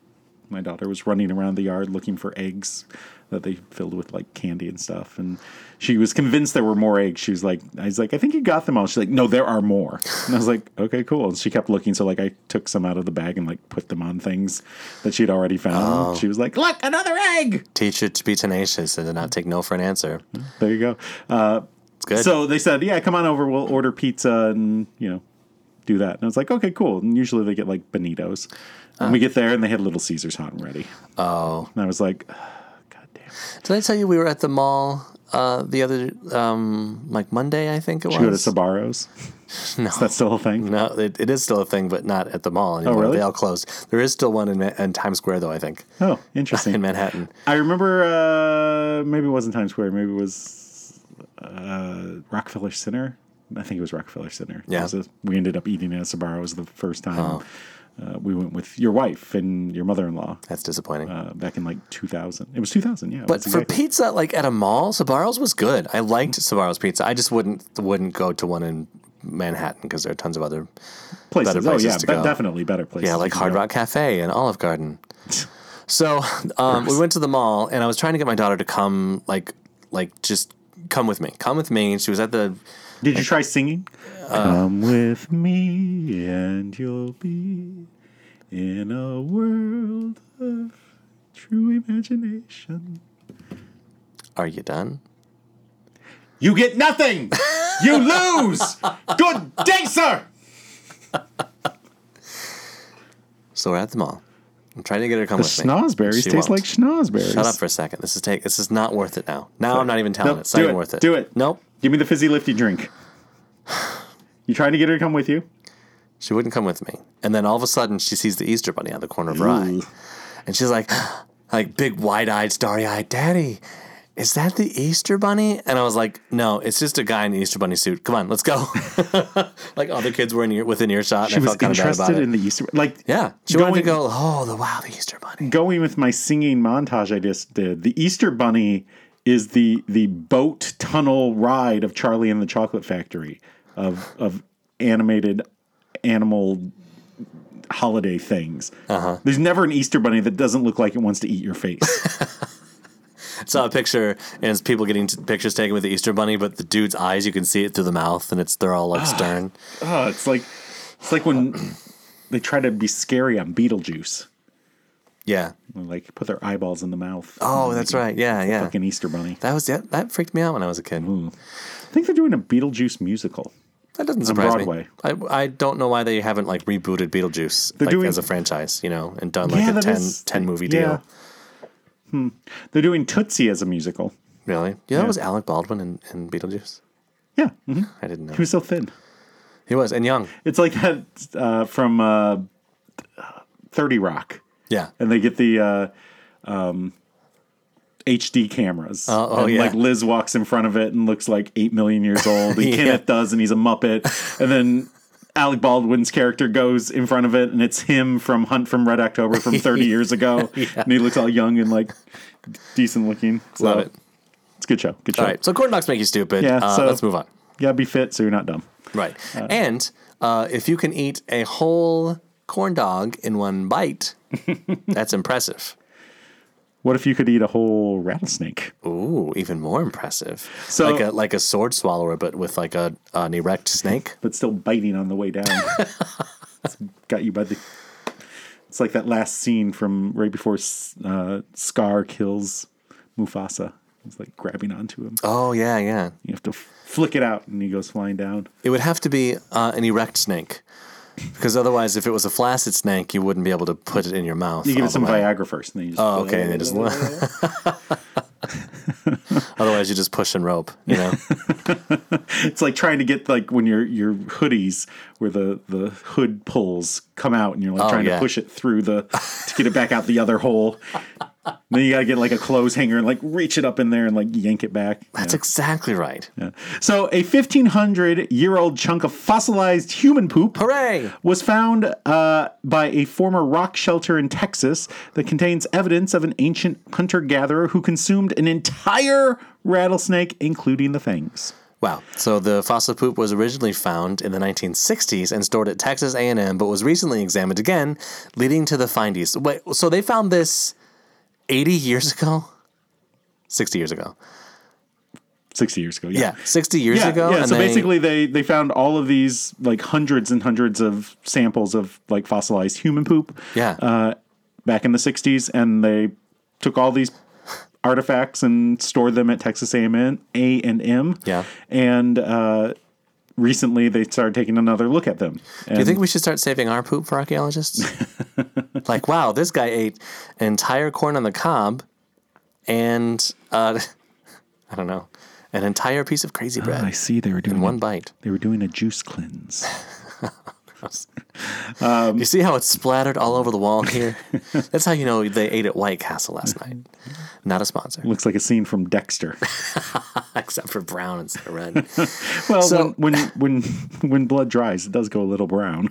[SPEAKER 2] my daughter was running around the yard looking for eggs that they filled with like candy and stuff. And she was convinced there were more eggs. She was like, I was like, I think you got them all. She's like, no, there are more. And I was like, okay, cool. And she kept looking. So like I took some out of the bag and like put them on things that she'd already found.
[SPEAKER 1] Oh.
[SPEAKER 2] She was like, look, another egg.
[SPEAKER 1] Teach it to be tenacious and to not take no for an answer.
[SPEAKER 2] There you go. Uh,
[SPEAKER 1] It's good.
[SPEAKER 2] So they said, "Yeah, come on over. We'll order pizza and you know, do that." And I was like, "Okay, cool." And usually they get like Benitos, and
[SPEAKER 1] Uh,
[SPEAKER 2] we get there and they had Little Caesars hot and ready. Oh, and I was like, "God damn!"
[SPEAKER 1] Did I tell you we were at the mall uh, the other um, like Monday? I think it
[SPEAKER 2] Go to
[SPEAKER 1] was. (laughs)
[SPEAKER 2] Sabaros. no, is that still a thing?
[SPEAKER 1] no, it, it is still a thing, but not at the mall anymore.
[SPEAKER 2] Oh, really?
[SPEAKER 1] They all closed. There is still one in, Ma- in Times Square, though. I think
[SPEAKER 2] Oh,
[SPEAKER 1] in (laughs)
[SPEAKER 2] interesting.
[SPEAKER 1] Manhattan.
[SPEAKER 2] I remember uh, maybe it wasn't Times Square. Maybe it was uh, Rockefeller Center. I think it was Rockefeller Center. It
[SPEAKER 1] Yeah. Oh.
[SPEAKER 2] was a- we ended up eating at Sabaros the first time. Uh, we went with your wife and your mother-in-law.
[SPEAKER 1] That's disappointing.
[SPEAKER 2] uh, back in like 2000. It was 2000, yeah. it
[SPEAKER 1] But
[SPEAKER 2] was
[SPEAKER 1] for
[SPEAKER 2] exact-
[SPEAKER 1] pizza, like at a mall, Sabaro's was good. I liked Sabaro's pizza. I just wouldn't wouldn't go to one in Manhattan because there are tons of other
[SPEAKER 2] places,
[SPEAKER 1] better
[SPEAKER 2] oh
[SPEAKER 1] places
[SPEAKER 2] yeah,
[SPEAKER 1] to
[SPEAKER 2] be-
[SPEAKER 1] go.
[SPEAKER 2] definitely better places.
[SPEAKER 1] yeah, like
[SPEAKER 2] to
[SPEAKER 1] Hard
[SPEAKER 2] go.
[SPEAKER 1] Rock Cafe and Olive
[SPEAKER 2] (laughs)
[SPEAKER 1] Garden. so um, we went to the mall, and I was trying to get my daughter to come, like like just come with me, come with me. And she was at the
[SPEAKER 2] Did you try singing?
[SPEAKER 1] Uh,
[SPEAKER 2] Come with me, and you'll be in a world of true imagination.
[SPEAKER 1] Are you done?
[SPEAKER 2] You get nothing.
[SPEAKER 1] (laughs)
[SPEAKER 2] you lose. Good day, sir.
[SPEAKER 1] So we're at the mall. I'm trying to get her to come
[SPEAKER 2] The
[SPEAKER 1] with me.
[SPEAKER 2] schnozberries
[SPEAKER 1] She won't.
[SPEAKER 2] taste like schnozberries.
[SPEAKER 1] Shut up for a second. This is take. This is not worth it now. Now I'm not even telling
[SPEAKER 2] Nope,
[SPEAKER 1] it. It's not
[SPEAKER 2] do
[SPEAKER 1] even
[SPEAKER 2] it,
[SPEAKER 1] worth it.
[SPEAKER 2] do it.
[SPEAKER 1] Nope.
[SPEAKER 2] Give me the fizzy lifty drink. You trying to get her to come with you?
[SPEAKER 1] She wouldn't come with me. And then all of a sudden, she sees the Easter bunny out of the corner of her eye,
[SPEAKER 2] Ooh.
[SPEAKER 1] and she's like, (gasps) like big wide eyed, starry eyed, Daddy, is that the Easter bunny? And I was like, No, it's just a guy in an Easter bunny suit. Come on, let's go. (laughs) like all the kids were in ear, within earshot. And
[SPEAKER 2] She
[SPEAKER 1] I
[SPEAKER 2] was
[SPEAKER 1] felt kind of bad about
[SPEAKER 2] interested
[SPEAKER 1] it.
[SPEAKER 2] in the Easter. Like,
[SPEAKER 1] yeah, she wanted
[SPEAKER 2] Going-
[SPEAKER 1] to go. Oh, the wild Easter bunny.
[SPEAKER 2] going with my singing montage I just did, the Easter Bunny is the the boat tunnel ride of Charlie and the Chocolate Factory of of animated animal holiday things. Uh-huh. There's never an Easter Bunny that doesn't look like it wants to eat
[SPEAKER 1] (laughs)
[SPEAKER 2] your face.
[SPEAKER 1] saw a picture and it's people getting t- pictures taken with the Easter bunny, but the dude's eyes you can see it through the mouth and it's they're all like stern.
[SPEAKER 2] oh, it's like it's like when they try to be scary on Beetlejuice.
[SPEAKER 1] Yeah.
[SPEAKER 2] Like put their eyeballs in the mouth.
[SPEAKER 1] Oh, that's right. Yeah, yeah.
[SPEAKER 2] Fucking Easter Bunny. Hmm.
[SPEAKER 1] That was yeah, that freaked me out when I was a kid.
[SPEAKER 2] I think they're doing a Beetlejuice musical.
[SPEAKER 1] That doesn't surprise
[SPEAKER 2] Broadway.
[SPEAKER 1] me. I I don't know why they haven't like rebooted Beetlejuice like,
[SPEAKER 2] doing-
[SPEAKER 1] as a franchise, you know, and done like
[SPEAKER 2] Yeah,
[SPEAKER 1] a
[SPEAKER 2] that
[SPEAKER 1] 10,
[SPEAKER 2] is-
[SPEAKER 1] 10 movie deal.
[SPEAKER 2] Yeah. Hmm. They're doing Tootsie as a musical.
[SPEAKER 1] Really? Yeah, that was Alec Baldwin and, and Beetlejuice.
[SPEAKER 2] Yeah. hmm
[SPEAKER 1] I didn't know.
[SPEAKER 2] He was so thin.
[SPEAKER 1] He was and young.
[SPEAKER 2] It's like that uh, from uh, 30 Rock.
[SPEAKER 1] Yeah.
[SPEAKER 2] And they get the uh, um, HD cameras.
[SPEAKER 1] Oh, oh,
[SPEAKER 2] and,
[SPEAKER 1] yeah.
[SPEAKER 2] Like Liz walks in front of it and looks like 8 million years old.
[SPEAKER 1] (laughs)
[SPEAKER 2] And
[SPEAKER 1] Yeah.
[SPEAKER 2] Kenneth does, and he's a Muppet. And then. Alec Baldwin's character goes in front of it, and it's him from Hunt from Red October from
[SPEAKER 1] (laughs)
[SPEAKER 2] 30 years ago. And he looks all young and like decent looking. So,
[SPEAKER 1] Love it.
[SPEAKER 2] It's a good show. Good show.
[SPEAKER 1] All right. So corn dogs make you stupid.
[SPEAKER 2] Yeah,
[SPEAKER 1] uh,
[SPEAKER 2] so-
[SPEAKER 1] let's move on.
[SPEAKER 2] You gotta be fit so you're not dumb.
[SPEAKER 1] Right. and uh, if you can eat a whole corn dog in one
[SPEAKER 2] (laughs)
[SPEAKER 1] bite, that's impressive.
[SPEAKER 2] What if you could eat a whole rattlesnake?
[SPEAKER 1] Ooh, even more impressive.
[SPEAKER 2] So-
[SPEAKER 1] like a like a sword swallower, but with like a an erect snake.
[SPEAKER 2] but still biting on the
[SPEAKER 1] (laughs)
[SPEAKER 2] way down. it's got you by the. It's like that last scene from right before uh, Scar kills Mufasa. He's like grabbing onto him.
[SPEAKER 1] Oh yeah, yeah.
[SPEAKER 2] You have to flick it out, and he goes flying down.
[SPEAKER 1] It would have to be uh, an erect snake, because otherwise, if it was a flaccid snake, you wouldn't be able to put it in your mouth.
[SPEAKER 2] You give
[SPEAKER 1] all
[SPEAKER 2] it some
[SPEAKER 1] the way.
[SPEAKER 2] Viagra first, and then you just.
[SPEAKER 1] Oh, okay. And then
[SPEAKER 2] (laughs)
[SPEAKER 1] just (laughs) otherwise, you just push and rope. You
[SPEAKER 2] (laughs)
[SPEAKER 1] know.
[SPEAKER 2] It's like trying to get like when your your hoodies where the the hood pulls come out, and you're like trying
[SPEAKER 1] Oh, yeah.
[SPEAKER 2] to push it through the to get it back out the
[SPEAKER 1] (laughs)
[SPEAKER 2] other hole. then you gotta get like a clothes hanger and like reach it up in there and like yank it back.
[SPEAKER 1] That's exactly right.
[SPEAKER 2] So, a 1,500 year old chunk of fossilized human poop
[SPEAKER 1] Hooray!
[SPEAKER 2] was found uh, by a former rock shelter in Texas that contains evidence of an ancient hunter gatherer who consumed an entire rattlesnake, including the fangs.
[SPEAKER 1] Wow. So the fossil poop was originally found in the 1960s and stored at Texas A&M, but was recently examined again, leading to the findings. Wait, so they found this 80 years ago? 60 years ago.
[SPEAKER 2] 60 years ago.
[SPEAKER 1] Yeah, 60 years
[SPEAKER 2] yeah,
[SPEAKER 1] ago.
[SPEAKER 2] Yeah, so
[SPEAKER 1] they-
[SPEAKER 2] basically they they found all of these like hundreds and hundreds of samples of like fossilized human poop.
[SPEAKER 1] Yeah.
[SPEAKER 2] Uh, back in the 60s and they took all these artifacts and stored them at Texas A&M, A&M.
[SPEAKER 1] Yeah.
[SPEAKER 2] And uh recently they started taking another look at them.
[SPEAKER 1] Do you
[SPEAKER 2] And-
[SPEAKER 1] think we should start saving our poop for
[SPEAKER 2] (laughs)
[SPEAKER 1] archaeologists? like, wow, this guy ate an entire corn on the cob and, uh, (laughs) I don't know, an entire piece of crazy bread
[SPEAKER 2] I see they were doing
[SPEAKER 1] in one
[SPEAKER 2] a-
[SPEAKER 1] bite.
[SPEAKER 2] they were doing a juice cleanse. Um,
[SPEAKER 1] you see how it's splattered all over the wall
[SPEAKER 2] (laughs)
[SPEAKER 1] here? That's how you know they ate at White Castle last night. Not a
[SPEAKER 2] (laughs)
[SPEAKER 1] sponsor,
[SPEAKER 2] Looks like a scene from
[SPEAKER 1] (laughs)
[SPEAKER 2] Dexter.
[SPEAKER 1] except for brown instead of red.
[SPEAKER 2] Well,
[SPEAKER 1] So-
[SPEAKER 2] when, when when when blood dries, it does go a
[SPEAKER 1] (laughs)
[SPEAKER 2] little brown.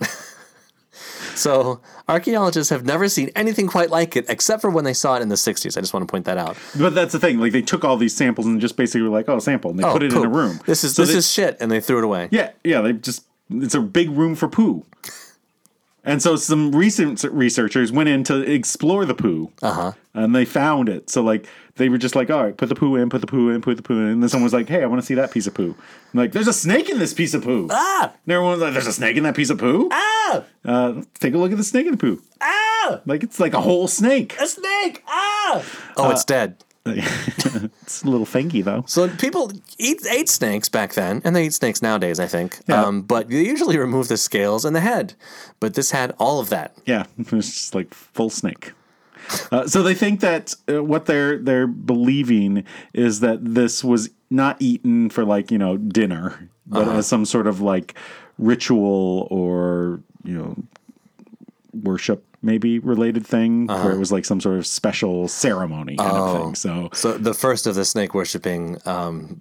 [SPEAKER 1] So, archaeologists have never seen anything quite like it, except for when they saw it in the 60s. I just want to point that out.
[SPEAKER 2] But that's the thing. Like they took all these samples and just basically were like, "Oh, sample," and they put it in a
[SPEAKER 1] poop.
[SPEAKER 2] room.
[SPEAKER 1] This is
[SPEAKER 2] So
[SPEAKER 1] this
[SPEAKER 2] they-
[SPEAKER 1] is shit, and they threw it away.
[SPEAKER 2] yeah, yeah. They just it's a big room for poo. And so some recent researchers went in to explore the poo, uh-huh. and they found it. So like they were just like, "All right, put the poo in, put the poo in, put the poo in." And then someone was like, "Hey, I want to see that piece of poo." I'm like, "There's a snake in this piece of poo."
[SPEAKER 1] Ah!
[SPEAKER 2] And everyone's like, "There's a snake in that piece of poo."
[SPEAKER 1] Ah!
[SPEAKER 2] Uh, let's take a look at the snake in the poo.
[SPEAKER 1] Ah!
[SPEAKER 2] Like it's like a whole
[SPEAKER 1] (laughs)
[SPEAKER 2] snake. (laughs)
[SPEAKER 1] A snake! Ah! Oh, it's dead.
[SPEAKER 2] it's a little fangy though.
[SPEAKER 1] So people eat ate snakes back then, and they eat snakes nowadays, I think.
[SPEAKER 2] Yeah.
[SPEAKER 1] Um, but they usually remove the scales and the head. But this had all of that.
[SPEAKER 2] Yeah, (laughs) it's just like full snake. Uh, so they think that uh, what they're they're believing is that this was not eaten for like you know dinner, but
[SPEAKER 1] Uh-huh.
[SPEAKER 2] as some sort of like ritual or you know worship maybe related thing, where
[SPEAKER 1] Uh-huh.
[SPEAKER 2] it was like some sort of special ceremony kind of
[SPEAKER 1] Oh.
[SPEAKER 2] thing. So
[SPEAKER 1] So the first of the snake worshipping um,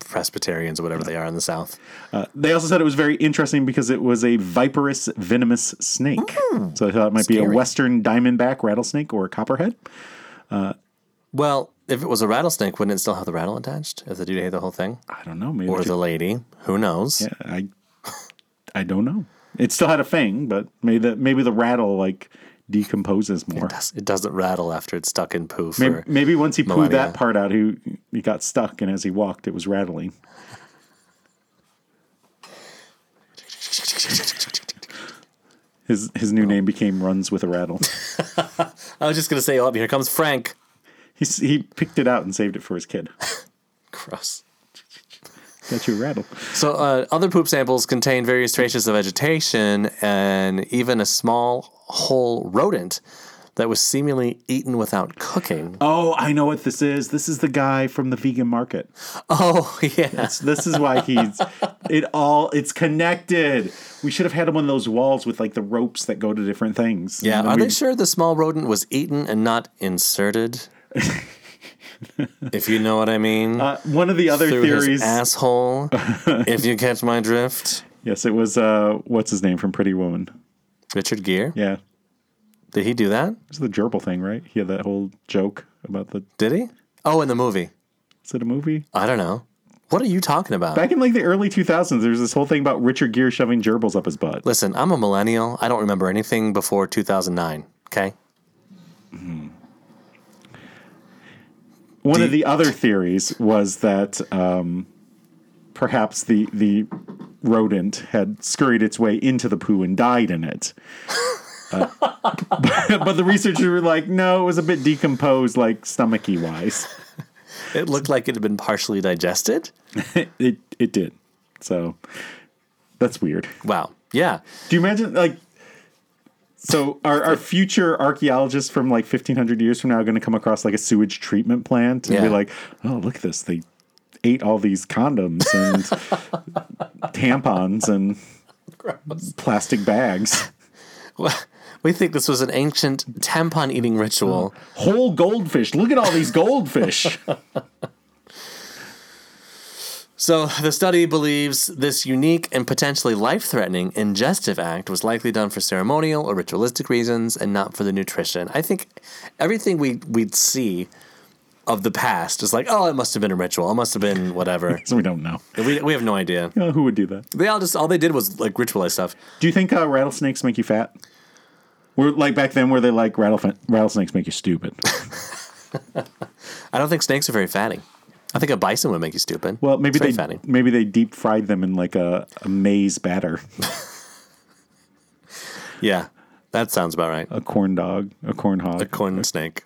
[SPEAKER 1] Presbyterians or whatever they are in the South.
[SPEAKER 2] Uh, they also said it was very interesting because it was a viperous, venomous snake. So I thought it might be a
[SPEAKER 1] Hmm. Scary.
[SPEAKER 2] western diamondback rattlesnake or a copperhead.
[SPEAKER 1] Well, if it was a rattlesnake, wouldn't it still have the rattle attached? If the dude ate the whole thing,
[SPEAKER 2] I don't know. Maybe
[SPEAKER 1] or
[SPEAKER 2] it
[SPEAKER 1] the lady, who knows?
[SPEAKER 2] could- I, I don't know. It still had a fang, but maybe the maybe the rattle like decomposes more.
[SPEAKER 1] Does- It doesn't rattle after it's stuck in poo for
[SPEAKER 2] Maybe, maybe once he pooed
[SPEAKER 1] millennia.
[SPEAKER 2] that part out, he he got stuck, and as he walked, it was rattling. His his new name became Runs with a (laughs) Rattle.
[SPEAKER 1] I was just gonna say, oh, here comes Frank.
[SPEAKER 2] he s- he picked it out and saved it for his kid.
[SPEAKER 1] Gross.
[SPEAKER 2] Got you a rattle.
[SPEAKER 1] So, uh, other poop samples contain various traces of vegetation and even a small whole rodent that was seemingly eaten without cooking.
[SPEAKER 2] Oh, I know what this is. This is the guy from the vegan market.
[SPEAKER 1] Oh, (laughs) yeah.
[SPEAKER 2] So this is why he's it all it's connected. We should have had him on those walls with like the ropes that go to different things.
[SPEAKER 1] Yeah.
[SPEAKER 2] And then
[SPEAKER 1] Are
[SPEAKER 2] we-
[SPEAKER 1] they sure the small rodent was eaten and not
[SPEAKER 2] (laughs)
[SPEAKER 1] inserted? if you know what I mean.
[SPEAKER 2] uh, one of the other
[SPEAKER 1] Through
[SPEAKER 2] theories
[SPEAKER 1] his
[SPEAKER 2] (laughs)
[SPEAKER 1] asshole, if you catch my drift.
[SPEAKER 2] Yes, it was uh what's his name from Pretty Woman.
[SPEAKER 1] Richard Gere?
[SPEAKER 2] Yeah. It
[SPEAKER 1] Did he do that?
[SPEAKER 2] was the gerbil thing, right? He had that whole joke about the
[SPEAKER 1] Did he? Oh, in the movie.
[SPEAKER 2] is it a movie?
[SPEAKER 1] I don't know. What are you talking about?
[SPEAKER 2] Back in like the early two thousands, there was this whole thing about Richard Gere shoving gerbils up his butt.
[SPEAKER 1] Listen, I'm a millennial. I don't remember anything before 2009. Okay.
[SPEAKER 2] One
[SPEAKER 1] Do
[SPEAKER 2] of
[SPEAKER 1] you-
[SPEAKER 2] the other theories was that um, perhaps the the rodent had scurried its way into the poo and died in it. Uh, (laughs) but, but the researchers were like, no, it was a bit decomposed, like stomachy wise.
[SPEAKER 1] It looked like it had been partially digested.
[SPEAKER 2] (laughs) It it did. So that's weird.
[SPEAKER 1] Wow. Yeah. (laughs)
[SPEAKER 2] Do you imagine like? So are our future archaeologists from like 1500 years from now going to come across like a sewage treatment plant and be
[SPEAKER 1] Yeah.
[SPEAKER 2] like, oh look at this, they ate all these condoms and tampons and plastic bags,
[SPEAKER 1] We think this was an ancient tampon eating ritual.
[SPEAKER 2] whole goldfish. Look at all these goldfish.
[SPEAKER 1] So, the study believes this unique and potentially life threatening ingestive act was likely done for ceremonial or ritualistic reasons and not for the nutrition. I think everything we, we'd see of the past is like, oh, it must have been a ritual. It must have been
[SPEAKER 2] (laughs)
[SPEAKER 1] whatever.
[SPEAKER 2] So we don't know.
[SPEAKER 1] we, we have no idea.
[SPEAKER 2] Uh, who would do that?
[SPEAKER 1] They all just all they did was like ritualize stuff.
[SPEAKER 2] Do you think uh, rattlesnakes make you fat? Were like back then, were they like rattlef- rattlesnakes make you stupid?
[SPEAKER 1] I don't think snakes are very fatty. I think a bison would make you stupid.
[SPEAKER 2] Well, maybe
[SPEAKER 1] It's very
[SPEAKER 2] they
[SPEAKER 1] fatty.
[SPEAKER 2] maybe they deep fried them in like a, a maize batter,
[SPEAKER 1] Yeah, that sounds about right.
[SPEAKER 2] a corn dog, a corn hog.
[SPEAKER 1] Corn snake.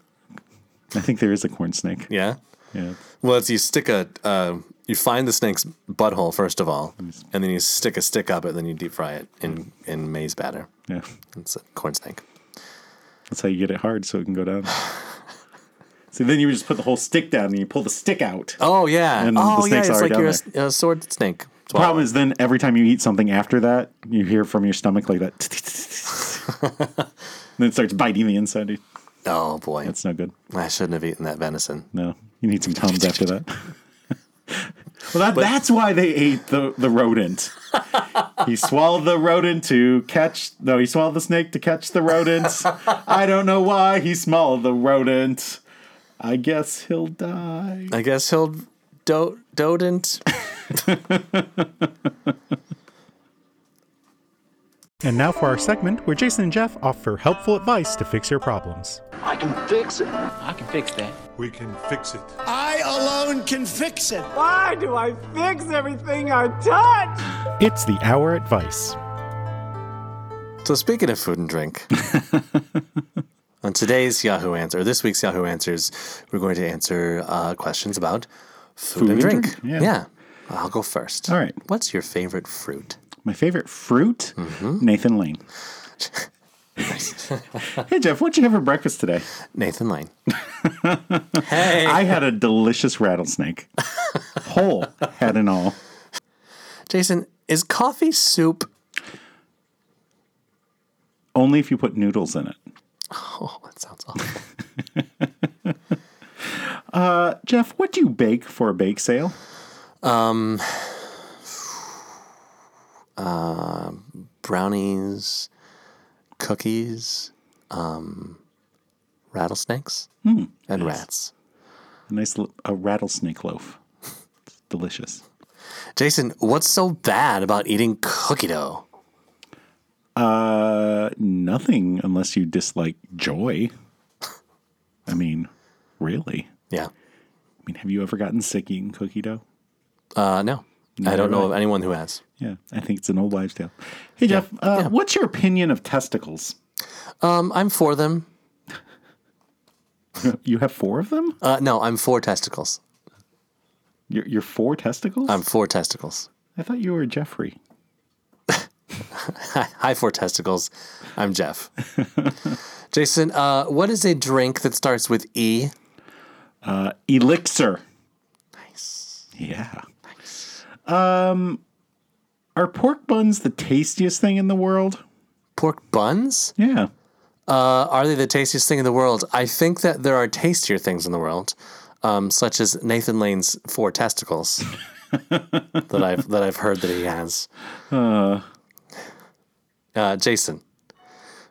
[SPEAKER 2] I think there is a corn snake.
[SPEAKER 1] Yeah.
[SPEAKER 2] Yeah.
[SPEAKER 1] Well, it's you stick a uh, you find the snake's butthole first of all, and then you stick a stick up it, and then you deep fry it in in maize batter.
[SPEAKER 2] Yeah.
[SPEAKER 1] It's a corn snake.
[SPEAKER 2] That's how you get it hard so it can
[SPEAKER 1] (sighs)
[SPEAKER 2] go down. See, then you just put the whole stick down and you pull the stick out.
[SPEAKER 1] Oh yeah.
[SPEAKER 2] And the
[SPEAKER 1] oh yeah.
[SPEAKER 2] snake's
[SPEAKER 1] It's
[SPEAKER 2] already
[SPEAKER 1] like
[SPEAKER 2] down
[SPEAKER 1] you're a, s- a sword snake.
[SPEAKER 2] Problem is, then every time you eat something after that, you hear from your stomach
[SPEAKER 1] (laughs)
[SPEAKER 2] like that. and then it starts biting the inside.
[SPEAKER 1] Oh boy,
[SPEAKER 2] It's no good.
[SPEAKER 1] I shouldn't have eaten that venison.
[SPEAKER 2] No, you need some tums after that. well, that, that's why they ate the, the rodent. he swallowed the rodent to catch. No, he swallowed the snake to catch the rodent. I don't know why he swallowed the rodent. I guess he'll die.
[SPEAKER 1] I guess he'll do dodent.
[SPEAKER 3] And now for our segment where Jason and Jeff offer helpful advice to fix your problems.
[SPEAKER 4] I can fix it.
[SPEAKER 5] I can fix that.
[SPEAKER 6] We can fix it.
[SPEAKER 7] I alone can fix it.
[SPEAKER 8] Why do I fix everything I touch?
[SPEAKER 3] It's the Hour Advice.
[SPEAKER 1] So speaking of food and (laughs) drink, on today's Yahoo Answer, this week's Yahoo Answers, we're going to answer uh, questions about food, and drink.
[SPEAKER 2] yeah.
[SPEAKER 1] yeah. I'll go first.
[SPEAKER 2] All right.
[SPEAKER 1] What's your favorite fruit?
[SPEAKER 2] My favorite fruit? Nathan Lane. hey, Jeff, what'd you have for breakfast today?
[SPEAKER 1] Nathan Lane. hey.
[SPEAKER 2] I had a delicious rattlesnake. Whole head and all.
[SPEAKER 1] Jason, is coffee soup? (laughs)
[SPEAKER 2] Only if you put noodles in it.
[SPEAKER 1] Oh, that sounds awful.
[SPEAKER 2] Uh, Jeff, what do you bake for a bake sale?
[SPEAKER 1] Brownies, cookies, um, rattlesnakes, and rats.
[SPEAKER 2] A nice l- a rattlesnake loaf. It's delicious.
[SPEAKER 1] Jason, what's so bad about eating cookie dough?
[SPEAKER 2] Uh, nothing unless you dislike joy. I mean, really?
[SPEAKER 1] Yeah.
[SPEAKER 2] I mean, have you ever gotten sick eating cookie dough?
[SPEAKER 1] Uh, no. I don't know of anyone who has.
[SPEAKER 2] Yeah, I think it's an old wives' tale. Hey, Jeff, Uh, what's your opinion of testicles?
[SPEAKER 1] Um, I'm for them.
[SPEAKER 2] You have four of them?
[SPEAKER 1] Uh, no, I'm for testicles.
[SPEAKER 2] You're, you're four testicles?
[SPEAKER 1] I'm for testicles. (laughs)
[SPEAKER 2] I thought you were Jeffrey.
[SPEAKER 1] Hi, for testicles. I'm Jeff. Jason, uh, what is a drink that starts with E?
[SPEAKER 2] Elixir. Nice. Yeah. Nice. Um, are pork buns the tastiest thing in the world?
[SPEAKER 1] Pork buns?
[SPEAKER 2] Yeah.
[SPEAKER 1] Uh, are they the tastiest thing in the world? I think that there are tastier things in the world, um, such as Nathan Lane's four testicles that I've that I've heard that he has. Uh, Jason,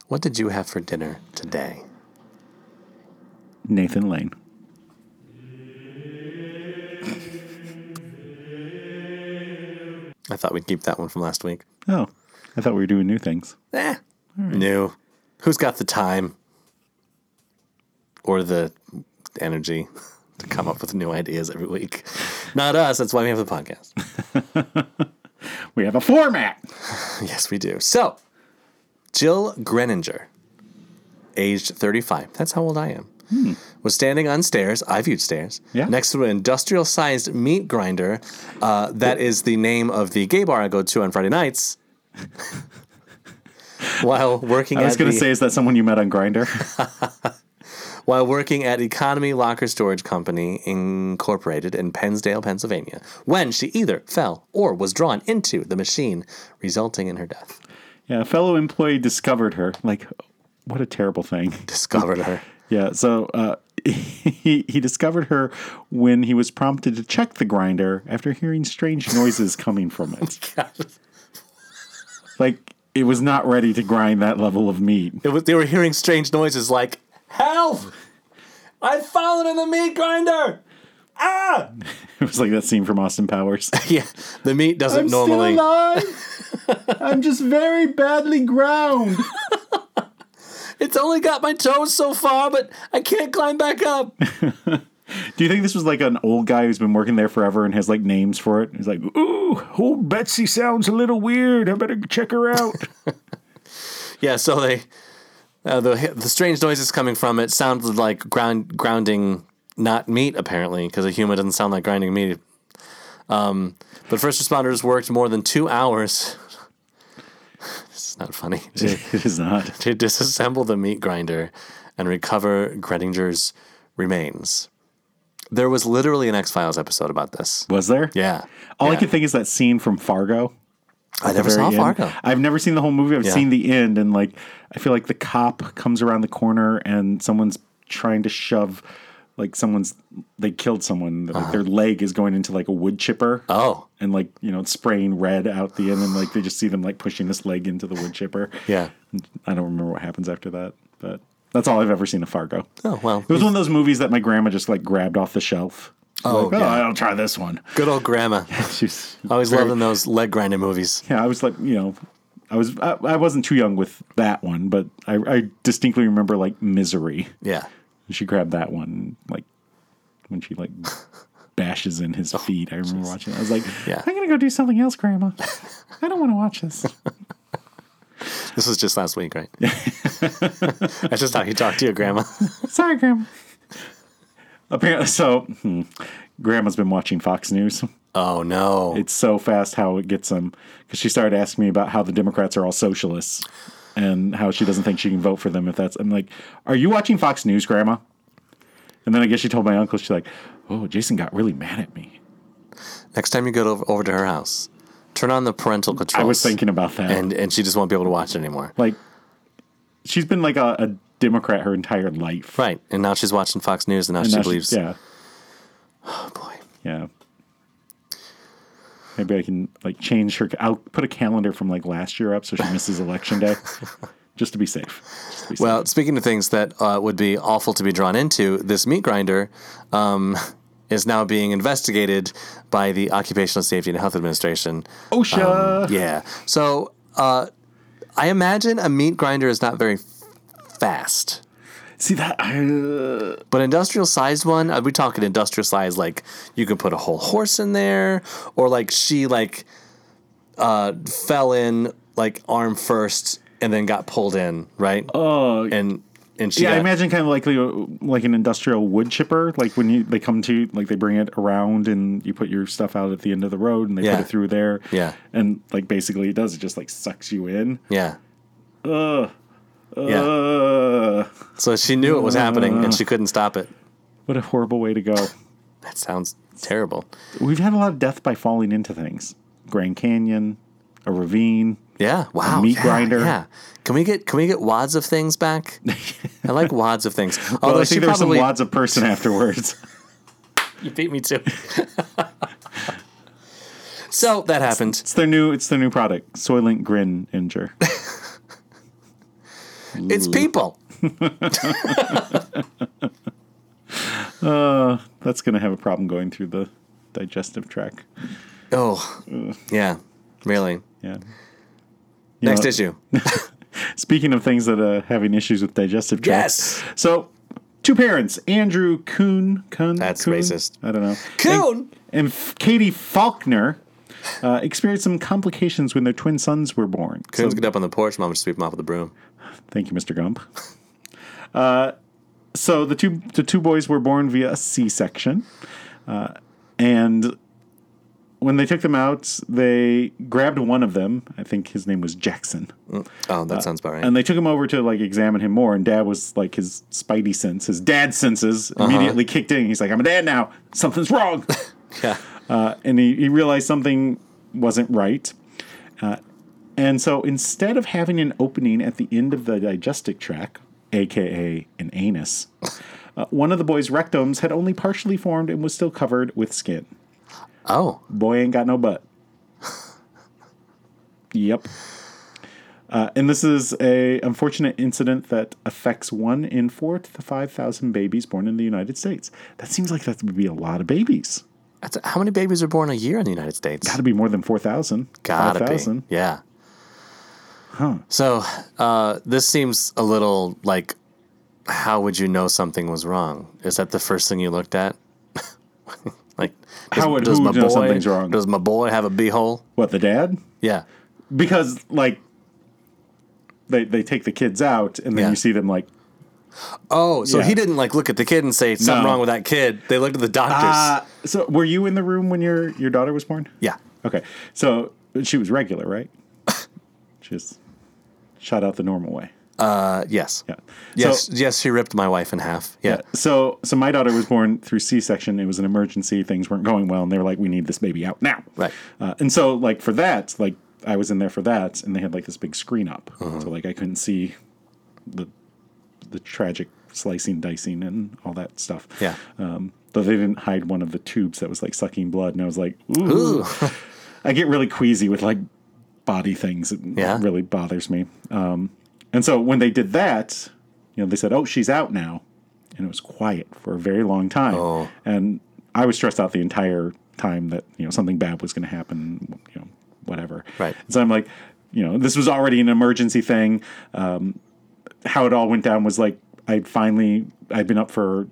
[SPEAKER 1] what did you have for dinner today?
[SPEAKER 2] Nathan Lane.
[SPEAKER 1] I thought we'd keep that one from last week.
[SPEAKER 2] Oh, I thought we were doing new things.
[SPEAKER 1] Eh,
[SPEAKER 2] Hmm.
[SPEAKER 1] new. Who's got the time or the energy (laughs) to come up with new ideas every week? Not us. That's why we have the podcast. (laughs)
[SPEAKER 2] We have a format.
[SPEAKER 1] Yes, we do. So, Jill Greninger, aged 35, that's how old I am, was standing on stairs, I viewed stairs,
[SPEAKER 2] Hmm. Yeah.
[SPEAKER 1] next to an industrial sized meat grinder. Uh, that is the name of the gay bar I go to on Friday
[SPEAKER 2] (laughs)
[SPEAKER 1] nights. while working
[SPEAKER 2] I was
[SPEAKER 1] at
[SPEAKER 2] going to
[SPEAKER 1] the-
[SPEAKER 2] say, is that someone you met on Grinder?
[SPEAKER 1] while working at Economy Locker Storage Company Incorporated in Pennsdale, Pennsylvania, when she either fell or was drawn into the machine, resulting in her death.
[SPEAKER 2] (laughs) yeah, a fellow employee discovered her. Like, what a terrible thing.
[SPEAKER 1] Discovered (laughs) her.
[SPEAKER 2] Yeah, so uh, (laughs) he he discovered her when he was prompted to check the grinder after hearing strange noises coming from it. (laughs) Like it was not ready to grind that level of meat.
[SPEAKER 1] It was, they were hearing strange noises like help I've fallen in the meat grinder. Ah!
[SPEAKER 2] (laughs) It was like that scene from
[SPEAKER 1] (laughs)
[SPEAKER 2] Austin Powers.
[SPEAKER 1] Yeah, the meat doesn't normally.
[SPEAKER 2] alive. (laughs) I'm just very badly ground.
[SPEAKER 1] It's only got my toes so far, but I can't climb back up.
[SPEAKER 2] Do you think this was like an old guy who's been working there forever and has like names for it? He's like, ooh, old Betsy sounds a little weird. I better check
[SPEAKER 1] (laughs)
[SPEAKER 2] her out.
[SPEAKER 1] Yeah, so they uh, the the strange noises coming from it sounded like ground grounding not meat apparently because a human doesn't sound like grinding meat. Um, but first responders worked more than two hours. (laughs) it's not funny to,
[SPEAKER 2] it is
[SPEAKER 1] (laughs)
[SPEAKER 2] not.
[SPEAKER 1] to disassemble the meat grinder and recover Grettinger's remains. There was literally an X Files episode about this.
[SPEAKER 2] Was there?
[SPEAKER 1] Yeah,
[SPEAKER 2] All I
[SPEAKER 1] Yeah.
[SPEAKER 2] can think is that scene from Fargo.
[SPEAKER 1] I never
[SPEAKER 2] the
[SPEAKER 1] saw
[SPEAKER 2] very end.
[SPEAKER 1] Fargo.
[SPEAKER 2] I've never seen the whole movie. I've
[SPEAKER 1] Yeah.
[SPEAKER 2] seen the end, and like I feel like the cop comes around the corner and someone's trying to shove, like someone's they killed someone. Like their leg is going into like a wood chipper.
[SPEAKER 1] Uh-huh. Oh,
[SPEAKER 2] And like you know, it's spraying red out the end, and like they just see them like pushing this leg into the wood chipper.
[SPEAKER 1] Yeah.
[SPEAKER 2] I don't remember what happens after that, but that's all I've ever seen of Fargo.
[SPEAKER 1] oh well.
[SPEAKER 2] It was one of those movies that my grandma just like grabbed off the shelf.
[SPEAKER 1] Oh,
[SPEAKER 2] Like, oh,
[SPEAKER 1] yeah.
[SPEAKER 2] I'll try this one.
[SPEAKER 1] Good old
[SPEAKER 2] (laughs)
[SPEAKER 1] grandma.
[SPEAKER 2] She's
[SPEAKER 1] Always
[SPEAKER 2] very-
[SPEAKER 1] loving those leg grinding movies.
[SPEAKER 2] yeah, I was like, you know, I was I, I wasn't too young with that one, but I, I distinctly remember like Misery.
[SPEAKER 1] Yeah.
[SPEAKER 2] She grabbed that one like when she
[SPEAKER 1] (laughs)
[SPEAKER 2] like bashes in his feet. I remember watching. It. I was like,
[SPEAKER 1] Oh, Yeah.
[SPEAKER 2] I'm gonna go do something else, Grandma. I don't want to
[SPEAKER 1] (laughs)
[SPEAKER 2] watch this.
[SPEAKER 1] This was just last
[SPEAKER 2] (laughs)
[SPEAKER 1] week, right? That's just how you talk to your grandma.
[SPEAKER 2] Sorry, Grandma. Apparently, so hmm, Grandma's been watching Fox News.
[SPEAKER 1] Oh no.
[SPEAKER 2] It's so fast how it gets them because she started asking me about how the Democrats are all socialists and how she doesn't think she can vote for them if that's. I'm like, are you watching Fox News, Grandma? And then I guess she told my uncle she's like, oh, Jason got really mad at me.
[SPEAKER 1] Next time you go to, over to her house, turn on the parental controls.
[SPEAKER 2] I was thinking about that.
[SPEAKER 1] and and she just won't be able to watch it anymore.
[SPEAKER 2] like, she's been like a, a Democrat her entire life.
[SPEAKER 1] Right. And now she's watching Fox News and now
[SPEAKER 2] And
[SPEAKER 1] she
[SPEAKER 2] now
[SPEAKER 1] believes
[SPEAKER 2] yeah,
[SPEAKER 1] oh boy.
[SPEAKER 2] yeah. Maybe I can like change her. I'll put a calendar from like last year up so she misses
[SPEAKER 1] (laughs)
[SPEAKER 2] election day, just to be safe. Just to be safe.
[SPEAKER 1] Well, speaking of things that uh, would be awful to be drawn into, this meat grinder um, (laughs) is now being investigated by the Occupational Safety and Health Administration.
[SPEAKER 2] Oh, OSHA.
[SPEAKER 1] Yeah. So uh, I imagine a meat grinder is not very f- fast.
[SPEAKER 2] See that? I, uh,
[SPEAKER 1] But industrial sized one, are we talking industrial size? Like you could put a whole horse in there, or like she like uh, fell in like arm first and then got pulled in, right? Oh, and and she
[SPEAKER 2] Yeah, I
[SPEAKER 1] got-
[SPEAKER 2] imagine kind of like the- like an industrial wood chipper, like when you they come to like they bring it around and you put your stuff out at the end of the road and they
[SPEAKER 1] Yeah.
[SPEAKER 2] put it through there.
[SPEAKER 1] Yeah.
[SPEAKER 2] and like basically it does it just like sucks you in.
[SPEAKER 1] yeah, yeah.
[SPEAKER 2] Uh,
[SPEAKER 1] So she knew it was happening and she couldn't stop it.
[SPEAKER 2] what a horrible way to go.
[SPEAKER 1] That sounds terrible.
[SPEAKER 2] We've had a lot of death by falling into things. Grand Canyon, a ravine.
[SPEAKER 1] Yeah. Wow.
[SPEAKER 2] meat
[SPEAKER 1] yeah,
[SPEAKER 2] grinder.
[SPEAKER 1] Yeah. Can we get can we get wads of things
[SPEAKER 2] (laughs)
[SPEAKER 1] back? I like wads of things. Although
[SPEAKER 2] Well, I
[SPEAKER 1] she
[SPEAKER 2] think there's
[SPEAKER 1] probably
[SPEAKER 2] some wads of person afterwards.
[SPEAKER 1] you beat me too. (laughs) so that happened.
[SPEAKER 2] it's their new it's their new product, Soylent Grin Inger.
[SPEAKER 1] It's people.
[SPEAKER 2] That's gonna have a problem going through the digestive tract.
[SPEAKER 1] Oh, yeah, really.
[SPEAKER 2] Yeah. You
[SPEAKER 1] Next
[SPEAKER 2] know, (laughs)
[SPEAKER 1] issue.
[SPEAKER 2] Speaking of things that are having issues with digestive tracts. Yes. So, two parents, Andrew Kuhn. Kuhn
[SPEAKER 1] That's
[SPEAKER 2] Kuhn?
[SPEAKER 1] racist.
[SPEAKER 2] I don't know.
[SPEAKER 1] Kuhn!
[SPEAKER 2] And, and Katie Faulkner uh, experienced some complications when their twin sons were born. So-
[SPEAKER 1] Coons get up on the porch. Mom would sweep him off with a broom.
[SPEAKER 2] Thank you, Mr. Gump. Uh, so the two the two boys were born via a C section, uh, and when they took them out, they grabbed one of them. I think his name was Jackson,
[SPEAKER 1] Oh, that sounds about right.
[SPEAKER 2] Uh, and they took him over to like examine him more. And Dad was like his spidey sense, his dad senses
[SPEAKER 1] Uh-huh.
[SPEAKER 2] immediately kicked in. He's like, "I'm a dad now. Something's wrong."
[SPEAKER 1] (laughs) yeah,
[SPEAKER 2] uh, and he, he realized something wasn't right. Uh, and so instead of having an opening at the end of the digestive tract, aka an anus, uh, one of the boy's rectums had only partially formed and was still covered with skin.
[SPEAKER 1] Oh,
[SPEAKER 2] Boy ain't got no butt. yep. Uh, and this is a unfortunate incident that affects one in four to five thousand babies born in the United States. That seems like that would be a lot of babies.
[SPEAKER 1] That's, how many babies are born a year in the United States?
[SPEAKER 2] Got to be more than four thousand.
[SPEAKER 1] Gotta be. Yeah. So uh, this seems a little like how would you know something was wrong? Is that the first thing you looked at? (laughs) like
[SPEAKER 2] How would who know something's wrong?
[SPEAKER 1] Does my boy have a beehole?
[SPEAKER 2] What the dad?
[SPEAKER 1] Yeah.
[SPEAKER 2] Because like they they take the kids out and then
[SPEAKER 1] Yeah.
[SPEAKER 2] you see them like
[SPEAKER 1] Oh, so
[SPEAKER 2] Yeah.
[SPEAKER 1] he didn't like look at the kid and say something
[SPEAKER 2] No.
[SPEAKER 1] wrong with that kid. They looked at the doctors.
[SPEAKER 2] ah. So were you in the room when your your daughter was born?
[SPEAKER 1] yeah.
[SPEAKER 2] Okay. So she was regular, right? (coughs) She's shot out the normal way.
[SPEAKER 1] Uh, yes.
[SPEAKER 2] Yeah.
[SPEAKER 1] Yes.
[SPEAKER 2] So,
[SPEAKER 1] yes. She ripped my wife in half. Yeah.
[SPEAKER 2] Uh, so so my daughter was born through C-section. It was an emergency. Things weren't going well, and they were like, "We need this baby out now."
[SPEAKER 1] Right.
[SPEAKER 2] Uh, and so like for that, like I was in there for that, and they had like this big screen up,
[SPEAKER 1] Uh-huh.
[SPEAKER 2] so like I couldn't see the the tragic slicing, dicing, and all that stuff.
[SPEAKER 1] Yeah.
[SPEAKER 2] Um, though they didn't hide one of the tubes that was like sucking blood, and I was like, "Ooh." (laughs) I get really queasy with like body things. It
[SPEAKER 1] Yeah.
[SPEAKER 2] really bothers me. Um, and so when they did that, you know, they said, "Oh, she's out now," and it was quiet for a very long time.
[SPEAKER 1] Oh.
[SPEAKER 2] And I was stressed out the entire time that you know something bad was going to happen. You know, whatever.
[SPEAKER 1] Right.
[SPEAKER 2] And so I'm like, you know, this was already an emergency thing. Um, how it all went down was like I finally I'd been up for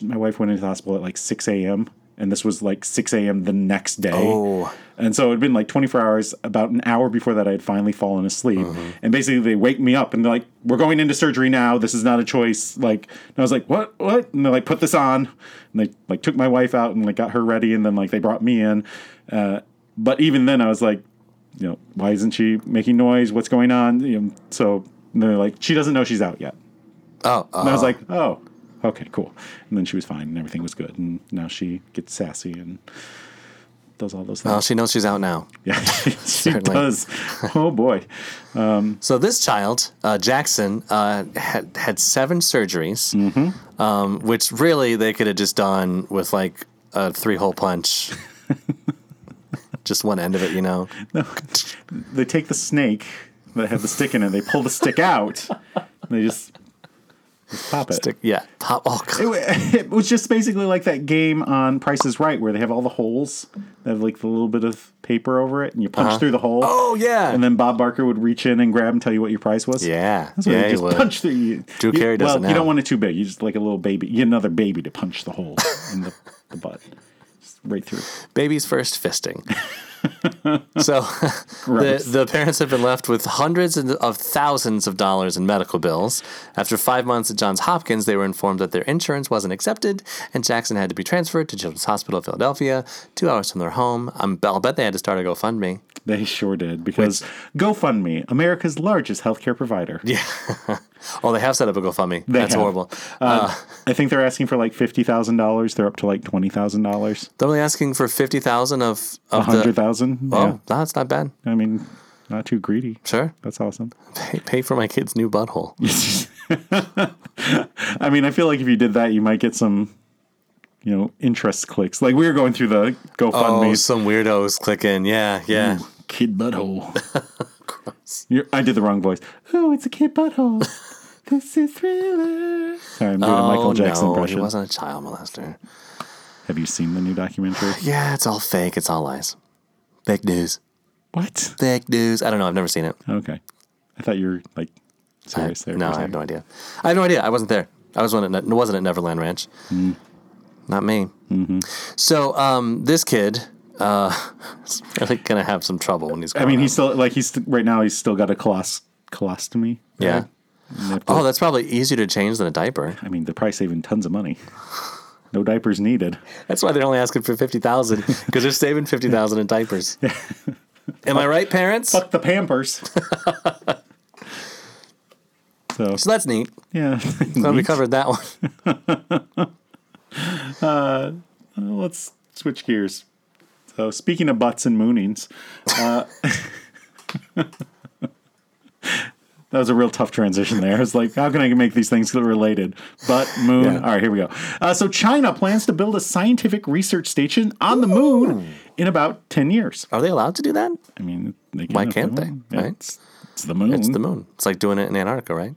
[SPEAKER 2] my wife went into the hospital at like six a.m. and this was like six a.m. the next day.
[SPEAKER 1] Oh.
[SPEAKER 2] And so it had been like 24 hours, about an hour before that, I had finally fallen asleep. And basically, they wake me up and they're like, We're going into surgery now. This is not a choice. Like, and I was like, What? What? And they're like, Put this on. And they like took my wife out and like got her ready. And then like they brought me in. Uh, but even then, I was like, You know, why isn't she making noise? What's going on? You know, so and they're like, She doesn't know she's out yet.
[SPEAKER 1] Oh. uh,
[SPEAKER 2] And I was like, Oh, okay, cool. And then she was fine and everything was good. And now she gets sassy and does all those things.
[SPEAKER 1] well, oh, she knows she's out now.
[SPEAKER 2] Yeah, (laughs) she
[SPEAKER 1] Ah. (laughs) Certainly.
[SPEAKER 2] does. Oh boy.
[SPEAKER 1] So this child, uh, Jackson, uh, had had seven surgeries,
[SPEAKER 2] Mm-hmm.
[SPEAKER 1] um, which really they could have just done with like a three hole
[SPEAKER 2] (laughs)
[SPEAKER 1] punch, just one end of it, you know.
[SPEAKER 2] They take the snake that had the stick in it, they pull the stick out, and they just, just pop it.
[SPEAKER 1] Stick, yeah, pop. Oh,
[SPEAKER 2] It,
[SPEAKER 1] God.
[SPEAKER 2] wa- (laughs) it was just basically like that game on Price is Right where they have all the holes that have like the little bit of paper over it, and you punch through the hole.
[SPEAKER 1] oh yeah.
[SPEAKER 2] And then Bob Barker would reach in and grab and tell you what your prize was.
[SPEAKER 1] yeah,
[SPEAKER 2] That's what
[SPEAKER 1] yeah,
[SPEAKER 2] you
[SPEAKER 1] he
[SPEAKER 2] just
[SPEAKER 1] would.
[SPEAKER 2] punch through. You,
[SPEAKER 1] Drew Carey
[SPEAKER 2] you,
[SPEAKER 1] does it
[SPEAKER 2] Well,
[SPEAKER 1] now.
[SPEAKER 2] you don't want it too big. You just like a little baby. You get another baby to punch the hole in the, the butt. Just right through.
[SPEAKER 1] baby's first
[SPEAKER 2] (laughs)
[SPEAKER 1] fisting. so (laughs) the,
[SPEAKER 2] Gross.
[SPEAKER 1] the parents have been left with hundreds and- of thousands of dollars in medical bills. After five months at Johns Hopkins, they were informed that their insurance wasn't accepted, and Jackson had to be transferred to Children's Hospital of Philadelphia, two hours from their home. I'm, I'll bet they had to start a GoFundMe.
[SPEAKER 2] They sure did because GoFundMe, America's largest healthcare provider. Yeah,
[SPEAKER 1] Oh, they have set up a GoFundMe. That's
[SPEAKER 2] have. Uh,
[SPEAKER 1] horrible. Uh,
[SPEAKER 2] I think they're asking for like fifty thousand dollars. They're up to like twenty thousand dollars,
[SPEAKER 1] They're only asking for fifty thousand of
[SPEAKER 2] a
[SPEAKER 1] of
[SPEAKER 2] hundred
[SPEAKER 1] the.
[SPEAKER 2] thousand.
[SPEAKER 1] Oh, that's not bad.
[SPEAKER 2] Yeah, I mean, not too greedy.
[SPEAKER 1] Sure,
[SPEAKER 2] That's awesome.
[SPEAKER 1] pay, pay for my kid's new butthole.
[SPEAKER 2] I mean, I feel like if you did that, you might get some, you know, interest clicks. Like we were going through the
[SPEAKER 1] Oh,
[SPEAKER 2] GoFundMe
[SPEAKER 1] some weirdos clicking. Yeah,
[SPEAKER 2] Mm.
[SPEAKER 1] yeah.
[SPEAKER 2] kid (laughs) butthole. You're, I did the wrong voice. Oh, it's a
[SPEAKER 1] (laughs)
[SPEAKER 2] kid butthole. this is thriller. Sorry, I'm doing a Michael Jackson
[SPEAKER 1] Oh, no,
[SPEAKER 2] impression.
[SPEAKER 1] He wasn't a child molester.
[SPEAKER 2] Have you seen the
[SPEAKER 1] (laughs)
[SPEAKER 2] new documentary?
[SPEAKER 1] Yeah, it's all fake. It's all lies. Fake news.
[SPEAKER 2] What?
[SPEAKER 1] Fake news. I don't know. I've never seen it.
[SPEAKER 2] Okay. I thought you were like serious there. for a
[SPEAKER 1] no, I have
[SPEAKER 2] second.
[SPEAKER 1] no idea. I have no idea. I wasn't there. I was one at, wasn't at Neverland Ranch.
[SPEAKER 2] Mm.
[SPEAKER 1] Not me. Mm-hmm. So um, this kid uh, (laughs) is really gonna have some trouble when he's.
[SPEAKER 2] I mean,
[SPEAKER 1] grown
[SPEAKER 2] he's
[SPEAKER 1] up.
[SPEAKER 2] still like he's st- right now. He's still got a colos- colostomy.
[SPEAKER 1] yeah.
[SPEAKER 2] And they have to-
[SPEAKER 1] Oh, that's probably easier to change than a diaper.
[SPEAKER 2] I mean, the price saving tons
[SPEAKER 1] (laughs)
[SPEAKER 2] of money. No diapers needed.
[SPEAKER 1] That's why they're only asking for fifty thousand because they're saving fifty thousand in
[SPEAKER 2] (laughs)
[SPEAKER 1] diapers. Am I right, parents?
[SPEAKER 2] Fuck
[SPEAKER 1] (laughs)
[SPEAKER 2] the Pampers. so
[SPEAKER 1] So that's neat.
[SPEAKER 2] yeah,
[SPEAKER 1] Glad we covered that one.
[SPEAKER 2] let's switch gears. So speaking of butts and moonings, (laughs) uh, that was a real tough transition there. I was like, how can I make these things related? Butt, moon. All right, here we go. Uh, so China plans to build a scientific research station on the moon in about ten years.
[SPEAKER 1] Are they allowed to do that?
[SPEAKER 2] I mean, they can
[SPEAKER 1] Why
[SPEAKER 2] if
[SPEAKER 1] can't they?
[SPEAKER 2] want. Yeah,
[SPEAKER 1] Right?
[SPEAKER 2] it's It's the moon.
[SPEAKER 1] It's the moon. It's like doing it in Antarctica, right?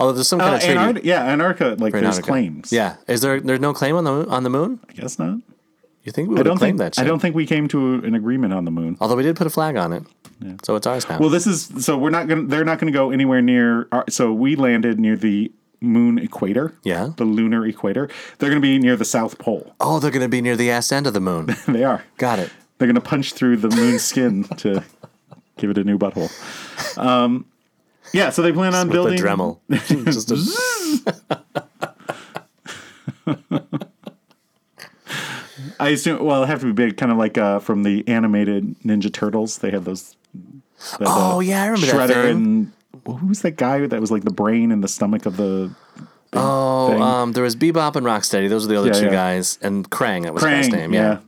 [SPEAKER 1] Although there's some kind
[SPEAKER 2] Uh,
[SPEAKER 1] of treaty.
[SPEAKER 2] Antarctica, yeah, Antarctica. Like
[SPEAKER 1] for
[SPEAKER 2] there's
[SPEAKER 1] Antarctica.
[SPEAKER 2] claims.
[SPEAKER 1] Yeah. Is there there's no claim on the moon- on the moon?
[SPEAKER 2] I guess not.
[SPEAKER 1] You think we would
[SPEAKER 2] I
[SPEAKER 1] have
[SPEAKER 2] don't
[SPEAKER 1] claimed that
[SPEAKER 2] think
[SPEAKER 1] shit?
[SPEAKER 2] I don't think we came to an agreement on the moon.
[SPEAKER 1] Although we did put a flag on it. So it's ours now.
[SPEAKER 2] Well, this is so we're not going. to They're not going to go anywhere near. Our, so we landed near the moon equator.
[SPEAKER 1] Yeah.
[SPEAKER 2] the lunar equator. They're going to be near the South Pole. (laughs)
[SPEAKER 1] oh, they're going to be near the ass end of the moon.
[SPEAKER 2] They are.
[SPEAKER 1] Got it.
[SPEAKER 2] They're going to punch through the moon's skin (laughs) to give it a new butthole. Um, yeah, so they plan on
[SPEAKER 1] With
[SPEAKER 2] building
[SPEAKER 1] the
[SPEAKER 2] (laughs)
[SPEAKER 1] Dremel. Just a-
[SPEAKER 2] I assume. Well, it have to be big, kind of like uh, from the animated Ninja Turtles. They have those. that, uh,
[SPEAKER 1] Oh, yeah, I remember that
[SPEAKER 2] Shredder
[SPEAKER 1] thing.
[SPEAKER 2] and well, who was that guy that was like the brain and the stomach of the.
[SPEAKER 1] oh,
[SPEAKER 2] thing.
[SPEAKER 1] um, there was Bebop and Rocksteady. Those were the other
[SPEAKER 2] Yeah,
[SPEAKER 1] two
[SPEAKER 2] yeah.
[SPEAKER 1] guys. And Krang, that was his
[SPEAKER 2] Krang,
[SPEAKER 1] last name. Yeah.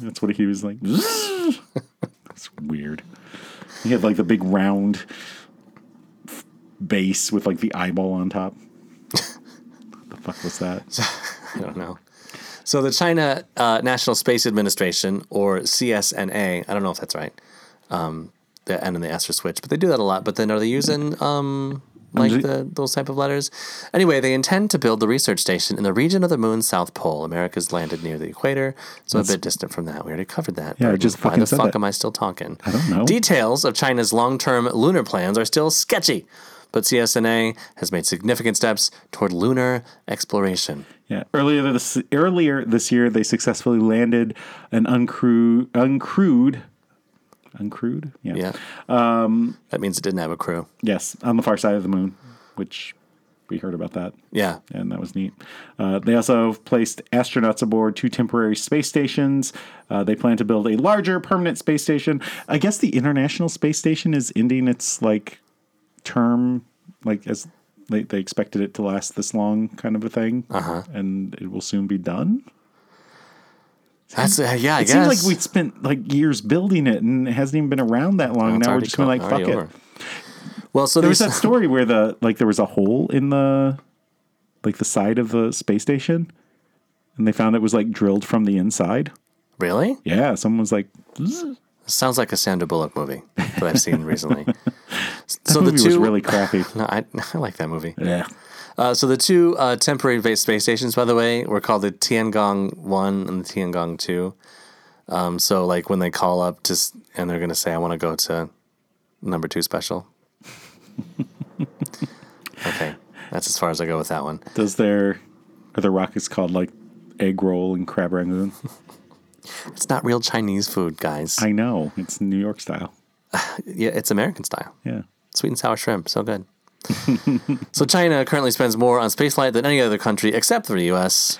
[SPEAKER 2] That's what he was like. (laughs) That's weird. He had like the big round f- base with like the eyeball on top. what the fuck was that?
[SPEAKER 1] (laughs) I don't know. So the China uh, National Space Administration, or CSNA, I don't know if that's right. Um, the N and the S are switched, but they do that a lot. But then are they using um, like
[SPEAKER 2] just-
[SPEAKER 1] the, those type of letters? Anyway, they intend to build the research station in the region of the moon's south pole. America's landed near the equator, so a bit distant from that. We already covered that.
[SPEAKER 2] Yeah, I
[SPEAKER 1] But
[SPEAKER 2] just
[SPEAKER 1] why
[SPEAKER 2] fucking
[SPEAKER 1] the
[SPEAKER 2] said
[SPEAKER 1] fuck
[SPEAKER 2] that.
[SPEAKER 1] am I still talking? I
[SPEAKER 2] don't know.
[SPEAKER 1] Details of China's long-term lunar plans are still sketchy, but CSNA has made significant steps toward lunar exploration.
[SPEAKER 2] Yeah. Earlier this earlier this year, they successfully landed an uncrewed uncrewed uncrewed yeah.
[SPEAKER 1] Yeah. Um, that means it didn't have a crew.
[SPEAKER 2] yes on the far side of the moon, which we heard about that.
[SPEAKER 1] Yeah.
[SPEAKER 2] and that was neat. Uh, they also placed astronauts aboard two temporary space stations. Uh, they plan to build a larger permanent space station. I guess the International Space Station is ending its like term, like as they, they expected it to last this long, kind of a thing, uh-huh. and it will soon be done.
[SPEAKER 1] That's uh, yeah. I
[SPEAKER 2] It
[SPEAKER 1] guess.
[SPEAKER 2] seems like we spent like years building it, and it hasn't even been around that long.
[SPEAKER 1] It's
[SPEAKER 2] now we're
[SPEAKER 1] already
[SPEAKER 2] just going
[SPEAKER 1] co-
[SPEAKER 2] like, fuck
[SPEAKER 1] already
[SPEAKER 2] it.
[SPEAKER 1] over. Well, so
[SPEAKER 2] There was
[SPEAKER 1] these,
[SPEAKER 2] that story where the like there was a hole in the like the side of the space station, and they found it was like drilled from the inside.
[SPEAKER 1] (laughs) really
[SPEAKER 2] Yeah, someone was like,
[SPEAKER 1] sounds like a Sandra Bullock movie that I've seen
[SPEAKER 2] (laughs)
[SPEAKER 1] recently. so
[SPEAKER 2] "The movie
[SPEAKER 1] the two
[SPEAKER 2] was really crappy."
[SPEAKER 1] (laughs) No, I, I like that movie.
[SPEAKER 2] yeah,
[SPEAKER 1] Uh, so the two uh, temporary va- space stations, by the way, were called the Tiangong One and the Tiangong Two. Um, so like when they call up to s- and they're gonna say, "I want to go to number two special." (laughs) okay, that's as far as I go with that one.
[SPEAKER 2] does their are their rockets called like egg roll and crab rangoon?
[SPEAKER 1] It's not real Chinese food, guys.
[SPEAKER 2] I know it's New York style.
[SPEAKER 1] yeah, it's American style.
[SPEAKER 2] Yeah,
[SPEAKER 1] Sweet and sour shrimp, so
[SPEAKER 2] (laughs)
[SPEAKER 1] good. so China currently spends more on spaceflight than any other country except for the U.S.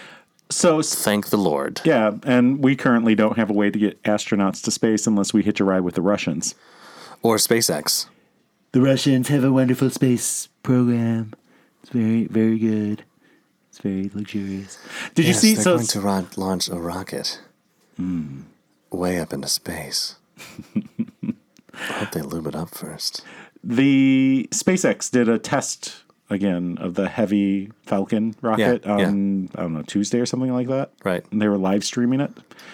[SPEAKER 2] so
[SPEAKER 1] Thank the Lord.
[SPEAKER 2] yeah, and we currently don't have a way to get astronauts to space unless we hitch a ride with the Russians.
[SPEAKER 1] Or SpaceX.
[SPEAKER 4] The Russians have a wonderful space program. It's very, very good. It's very luxurious.
[SPEAKER 2] Did
[SPEAKER 1] yes,
[SPEAKER 2] you
[SPEAKER 1] they're
[SPEAKER 2] see? So Hmm.
[SPEAKER 1] going to ro- launch a rocket way up into
[SPEAKER 2] (laughs)
[SPEAKER 1] space. I hope they lube it up first.
[SPEAKER 2] the SpaceX did a test again of the heavy Falcon rocket
[SPEAKER 1] Yeah, yeah.
[SPEAKER 2] on I don't know Tuesday or something like that.
[SPEAKER 1] Right.
[SPEAKER 2] And they were live streaming it.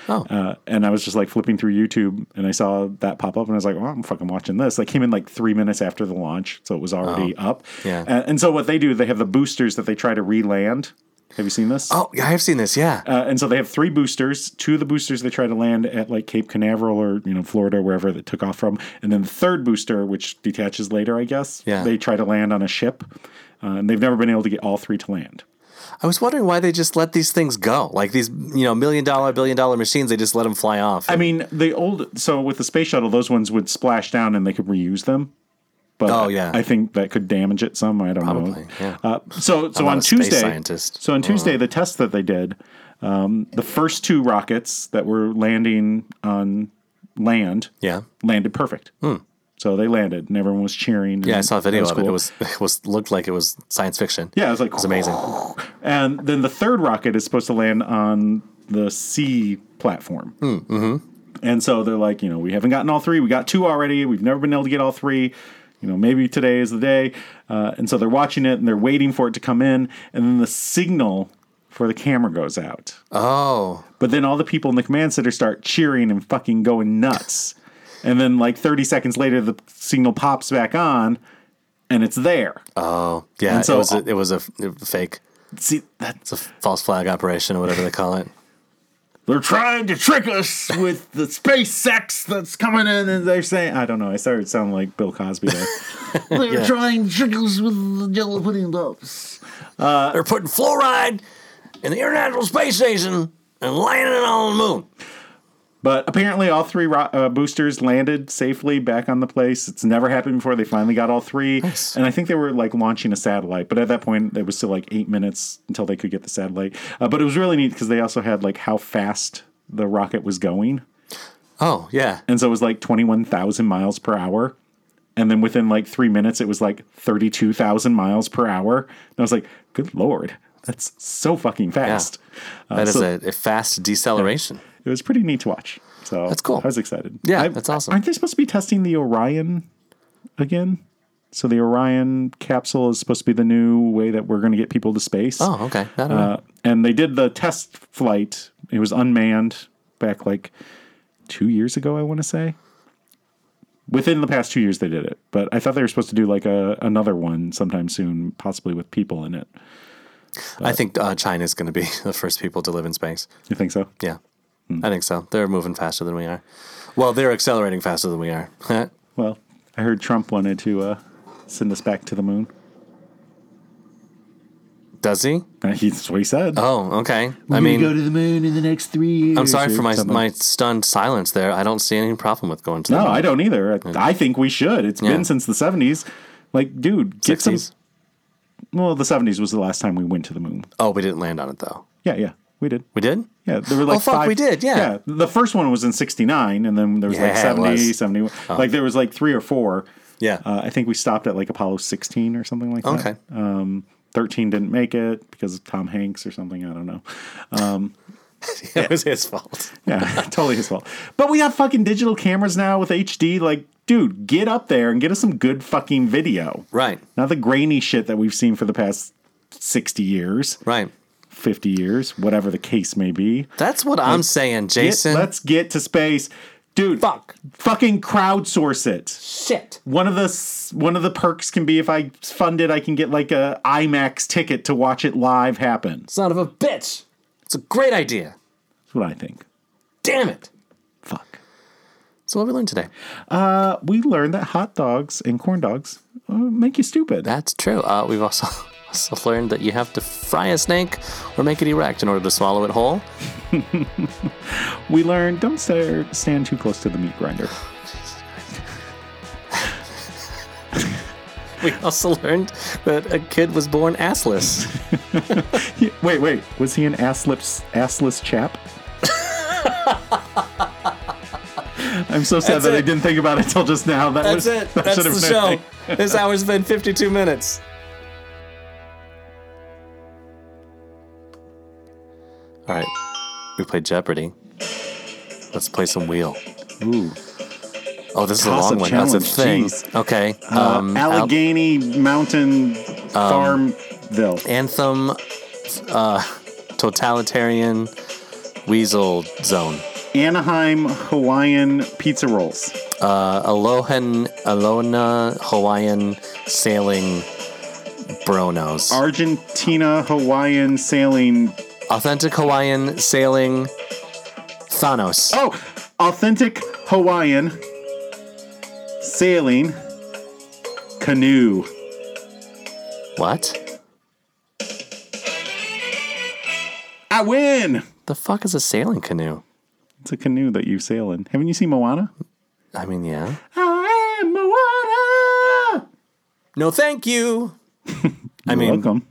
[SPEAKER 1] Oh,
[SPEAKER 2] Uh, and I was just like flipping through YouTube and I saw that pop up and I was like, well, I'm fucking watching this. They came in like three minutes after the launch, so it was already up.
[SPEAKER 1] Oh. Yeah.
[SPEAKER 2] And, and so what they do, they have the boosters that they try to re-land. Have you seen this?
[SPEAKER 1] oh, yeah, I have seen this. Yeah,
[SPEAKER 2] Uh, and so they have three boosters. Two of the boosters they try to land at like Cape Canaveral or you know Florida, wherever that took off from, and then the third booster, which detaches later, I guess.
[SPEAKER 1] Yeah.
[SPEAKER 2] They try to land on a ship, uh, and they've never been able to get all three to land.
[SPEAKER 1] I was wondering why they just let these things go, like these you know million dollar, billion dollar machines. They just let them fly off.
[SPEAKER 2] I mean, the old so with the space shuttle, those ones would splash down and they could reuse them. But
[SPEAKER 1] Oh, yeah.
[SPEAKER 2] I think that could damage it some. I don't
[SPEAKER 1] Probably,
[SPEAKER 2] know.
[SPEAKER 1] yeah.
[SPEAKER 2] Uh, so so
[SPEAKER 1] not
[SPEAKER 2] on
[SPEAKER 1] a space Mm-hmm.
[SPEAKER 2] Tuesday,
[SPEAKER 1] scientist.
[SPEAKER 2] so on Tuesday, the test that they did, um, the first two rockets that were landing on land,
[SPEAKER 1] yeah,
[SPEAKER 2] landed perfect. So they landed, and everyone was cheering. and
[SPEAKER 1] Hmm. yeah, I saw a video
[SPEAKER 2] that was
[SPEAKER 1] of it. It
[SPEAKER 2] cool.
[SPEAKER 1] Mm-hmm. was (laughs) it was looked like it was science fiction.
[SPEAKER 2] yeah, it was like
[SPEAKER 1] It was amazing.
[SPEAKER 2] And then the third rocket is supposed to land on the C platform.
[SPEAKER 1] Hmm, mm-hmm.
[SPEAKER 2] And so they're like, you know, we haven't gotten all three. We got two already. We've never been able to get all three. You know, maybe today is the day. Uh, and so they're watching it and they're waiting for it to come in. And then the signal for the camera goes out.
[SPEAKER 1] Oh,
[SPEAKER 2] But then all the people in the command center start cheering and fucking going nuts. And then like 30 seconds later, the signal pops back on, and it's there.
[SPEAKER 1] Yeah,
[SPEAKER 2] And so-
[SPEAKER 1] it was a, it was a f- a fake.
[SPEAKER 2] See, that
[SPEAKER 1] It's a false flag operation or whatever they call it.
[SPEAKER 2] they're trying to trick us with the space sex that's coming in, and (laughs) they're saying, I don't know. I started sounding like Bill Cosby there. they're trying to trick us with the yellow pudding loaves.
[SPEAKER 1] (laughs) They're putting fluoride in the International Space Station and landing it on the moon.
[SPEAKER 2] But apparently, all three ro- uh, boosters landed safely back on the place. It's never happened before. They finally got all three, and I think they were like launching a satellite. But at that point, it was still like eight minutes until they could get the satellite. Uh, but it was really neat because they also had like how fast the rocket was going,
[SPEAKER 1] Oh yeah,
[SPEAKER 2] and so it was like twenty-one thousand miles per hour. And then within like three minutes, it was like thirty-two thousand miles per hour. And I was like, "Good lord, that's so fucking fast!" Uh,
[SPEAKER 1] that is
[SPEAKER 2] so-
[SPEAKER 1] a, a fast deceleration.
[SPEAKER 2] it was pretty neat to watch. So
[SPEAKER 1] That's cool.
[SPEAKER 2] I was excited.
[SPEAKER 1] Yeah,
[SPEAKER 2] I-
[SPEAKER 1] that's awesome.
[SPEAKER 2] Aren't they supposed to be testing the Orion again? So the Orion capsule is supposed to be the new way that we're going to get people to space.
[SPEAKER 1] Oh okay, I don't know.
[SPEAKER 2] Uh, and they did the test flight. It was unmanned back like two years ago, I want to say. Within the past two years, they did it, but I thought they were supposed to do like a another one sometime soon, possibly with people in it.
[SPEAKER 1] I think uh, China's going to be (laughs) the first people to live in space.
[SPEAKER 2] You think so?
[SPEAKER 1] Yeah, I think so. They're moving faster than we are. Well, they're accelerating faster than we are. (laughs)
[SPEAKER 2] Well, I heard Trump wanted to uh, send us back to the moon.
[SPEAKER 1] Does he?
[SPEAKER 2] That's Uh, what he said.
[SPEAKER 1] Oh, okay.
[SPEAKER 4] We're
[SPEAKER 1] I
[SPEAKER 4] gonna go
[SPEAKER 1] mean,
[SPEAKER 4] to the moon in the next three years.
[SPEAKER 1] I'm sorry
[SPEAKER 4] or
[SPEAKER 1] for my
[SPEAKER 4] something.
[SPEAKER 1] my stunned silence there. I don't see any problem with going to.
[SPEAKER 2] No,
[SPEAKER 1] the
[SPEAKER 2] I don't either. I, I think we should. It's
[SPEAKER 1] Yeah.
[SPEAKER 2] been since the 70s. Like, dude, get
[SPEAKER 1] sixties.
[SPEAKER 2] some. Well, the 70s was the last time we went to the moon.
[SPEAKER 1] Oh, we didn't land on it though.
[SPEAKER 2] Yeah, yeah, we did.
[SPEAKER 1] We did.
[SPEAKER 2] Yeah, there were like
[SPEAKER 1] Oh, fuck,
[SPEAKER 2] five-
[SPEAKER 1] we did, yeah.
[SPEAKER 2] the first one was in 69, and then there was like
[SPEAKER 1] Yeah, it
[SPEAKER 2] 70,
[SPEAKER 1] was.
[SPEAKER 2] 71. Like, there was like three or four.
[SPEAKER 1] Yeah.
[SPEAKER 2] Uh, I think we stopped at like Apollo 16 or something like
[SPEAKER 1] Okay.
[SPEAKER 2] that. Um, 13 didn't make it because of Tom Hanks or something. I don't know.
[SPEAKER 1] (laughs)
[SPEAKER 2] Uh,
[SPEAKER 1] it was his fault.
[SPEAKER 2] (laughs) Yeah, (laughs) totally his fault. But we have fucking digital cameras now with HD. Like, dude, get up there and get us some good fucking video.
[SPEAKER 1] Right.
[SPEAKER 2] Not the grainy shit that we've seen for the past 60 years,
[SPEAKER 1] Right.
[SPEAKER 2] 50 years, whatever the case may be.
[SPEAKER 1] That's what I'm saying,
[SPEAKER 2] Get,
[SPEAKER 1] Jason.
[SPEAKER 2] let's get to space. Dude,
[SPEAKER 1] Fuck.
[SPEAKER 2] fucking crowdsource it.
[SPEAKER 1] shit.
[SPEAKER 2] One of the s- one of the perks can be if I fund it, I can get like a IMAX ticket to watch it live happen. That's
[SPEAKER 1] Son of a bitch. It's a great idea.
[SPEAKER 2] what I think.
[SPEAKER 1] Damn it.
[SPEAKER 2] Fuck.
[SPEAKER 1] So what we learned today?
[SPEAKER 2] Uh, we learned that hot dogs and corn dogs uh, make you stupid.
[SPEAKER 1] That's true. Uh, we've also (laughs) also learned that you have to fry a snake or make it erect in order to swallow it whole.
[SPEAKER 2] We learned don't stare, stand too close to the meat grinder.
[SPEAKER 1] (laughs) We also learned that a kid was born assless.
[SPEAKER 2] Yeah, wait, wait. Was he an assless,
[SPEAKER 1] (laughs)
[SPEAKER 2] assless chap? I'm so sad
[SPEAKER 1] That's
[SPEAKER 2] that I
[SPEAKER 1] it.
[SPEAKER 2] didn't think about it till just now. That was, (laughs) that should have been a thing. (laughs)
[SPEAKER 1] This hour's been 52 minutes. All right. We played Jeopardy. Let's play some wheel.
[SPEAKER 2] Ooh.
[SPEAKER 1] Oh, this is a
[SPEAKER 2] Toss-up
[SPEAKER 1] long one. That's a
[SPEAKER 2] challenge,
[SPEAKER 1] thing.
[SPEAKER 2] jeez.
[SPEAKER 1] Okay.
[SPEAKER 2] Uh,
[SPEAKER 1] Um, Al- Um,
[SPEAKER 2] Allegheny Mountain Farmville.
[SPEAKER 1] anthem, uh, totalitarian weasel zone.
[SPEAKER 2] Anaheim Hawaiian Pizza Rolls.
[SPEAKER 1] Uh, Alohan, Alona, Hawaiian sailing bronos.
[SPEAKER 2] Argentina Hawaiian Sailing.
[SPEAKER 1] Authentic Hawaiian sailing Thanos.
[SPEAKER 2] Oh, authentic Hawaiian sailing canoe.
[SPEAKER 1] What?
[SPEAKER 2] I win.
[SPEAKER 1] The fuck is a sailing canoe?
[SPEAKER 2] It's a canoe that you sail in. Haven't you seen Moana?
[SPEAKER 1] I mean, yeah.
[SPEAKER 2] I am Moana.
[SPEAKER 1] No, thank (laughs) you. I mean,
[SPEAKER 2] Welcome.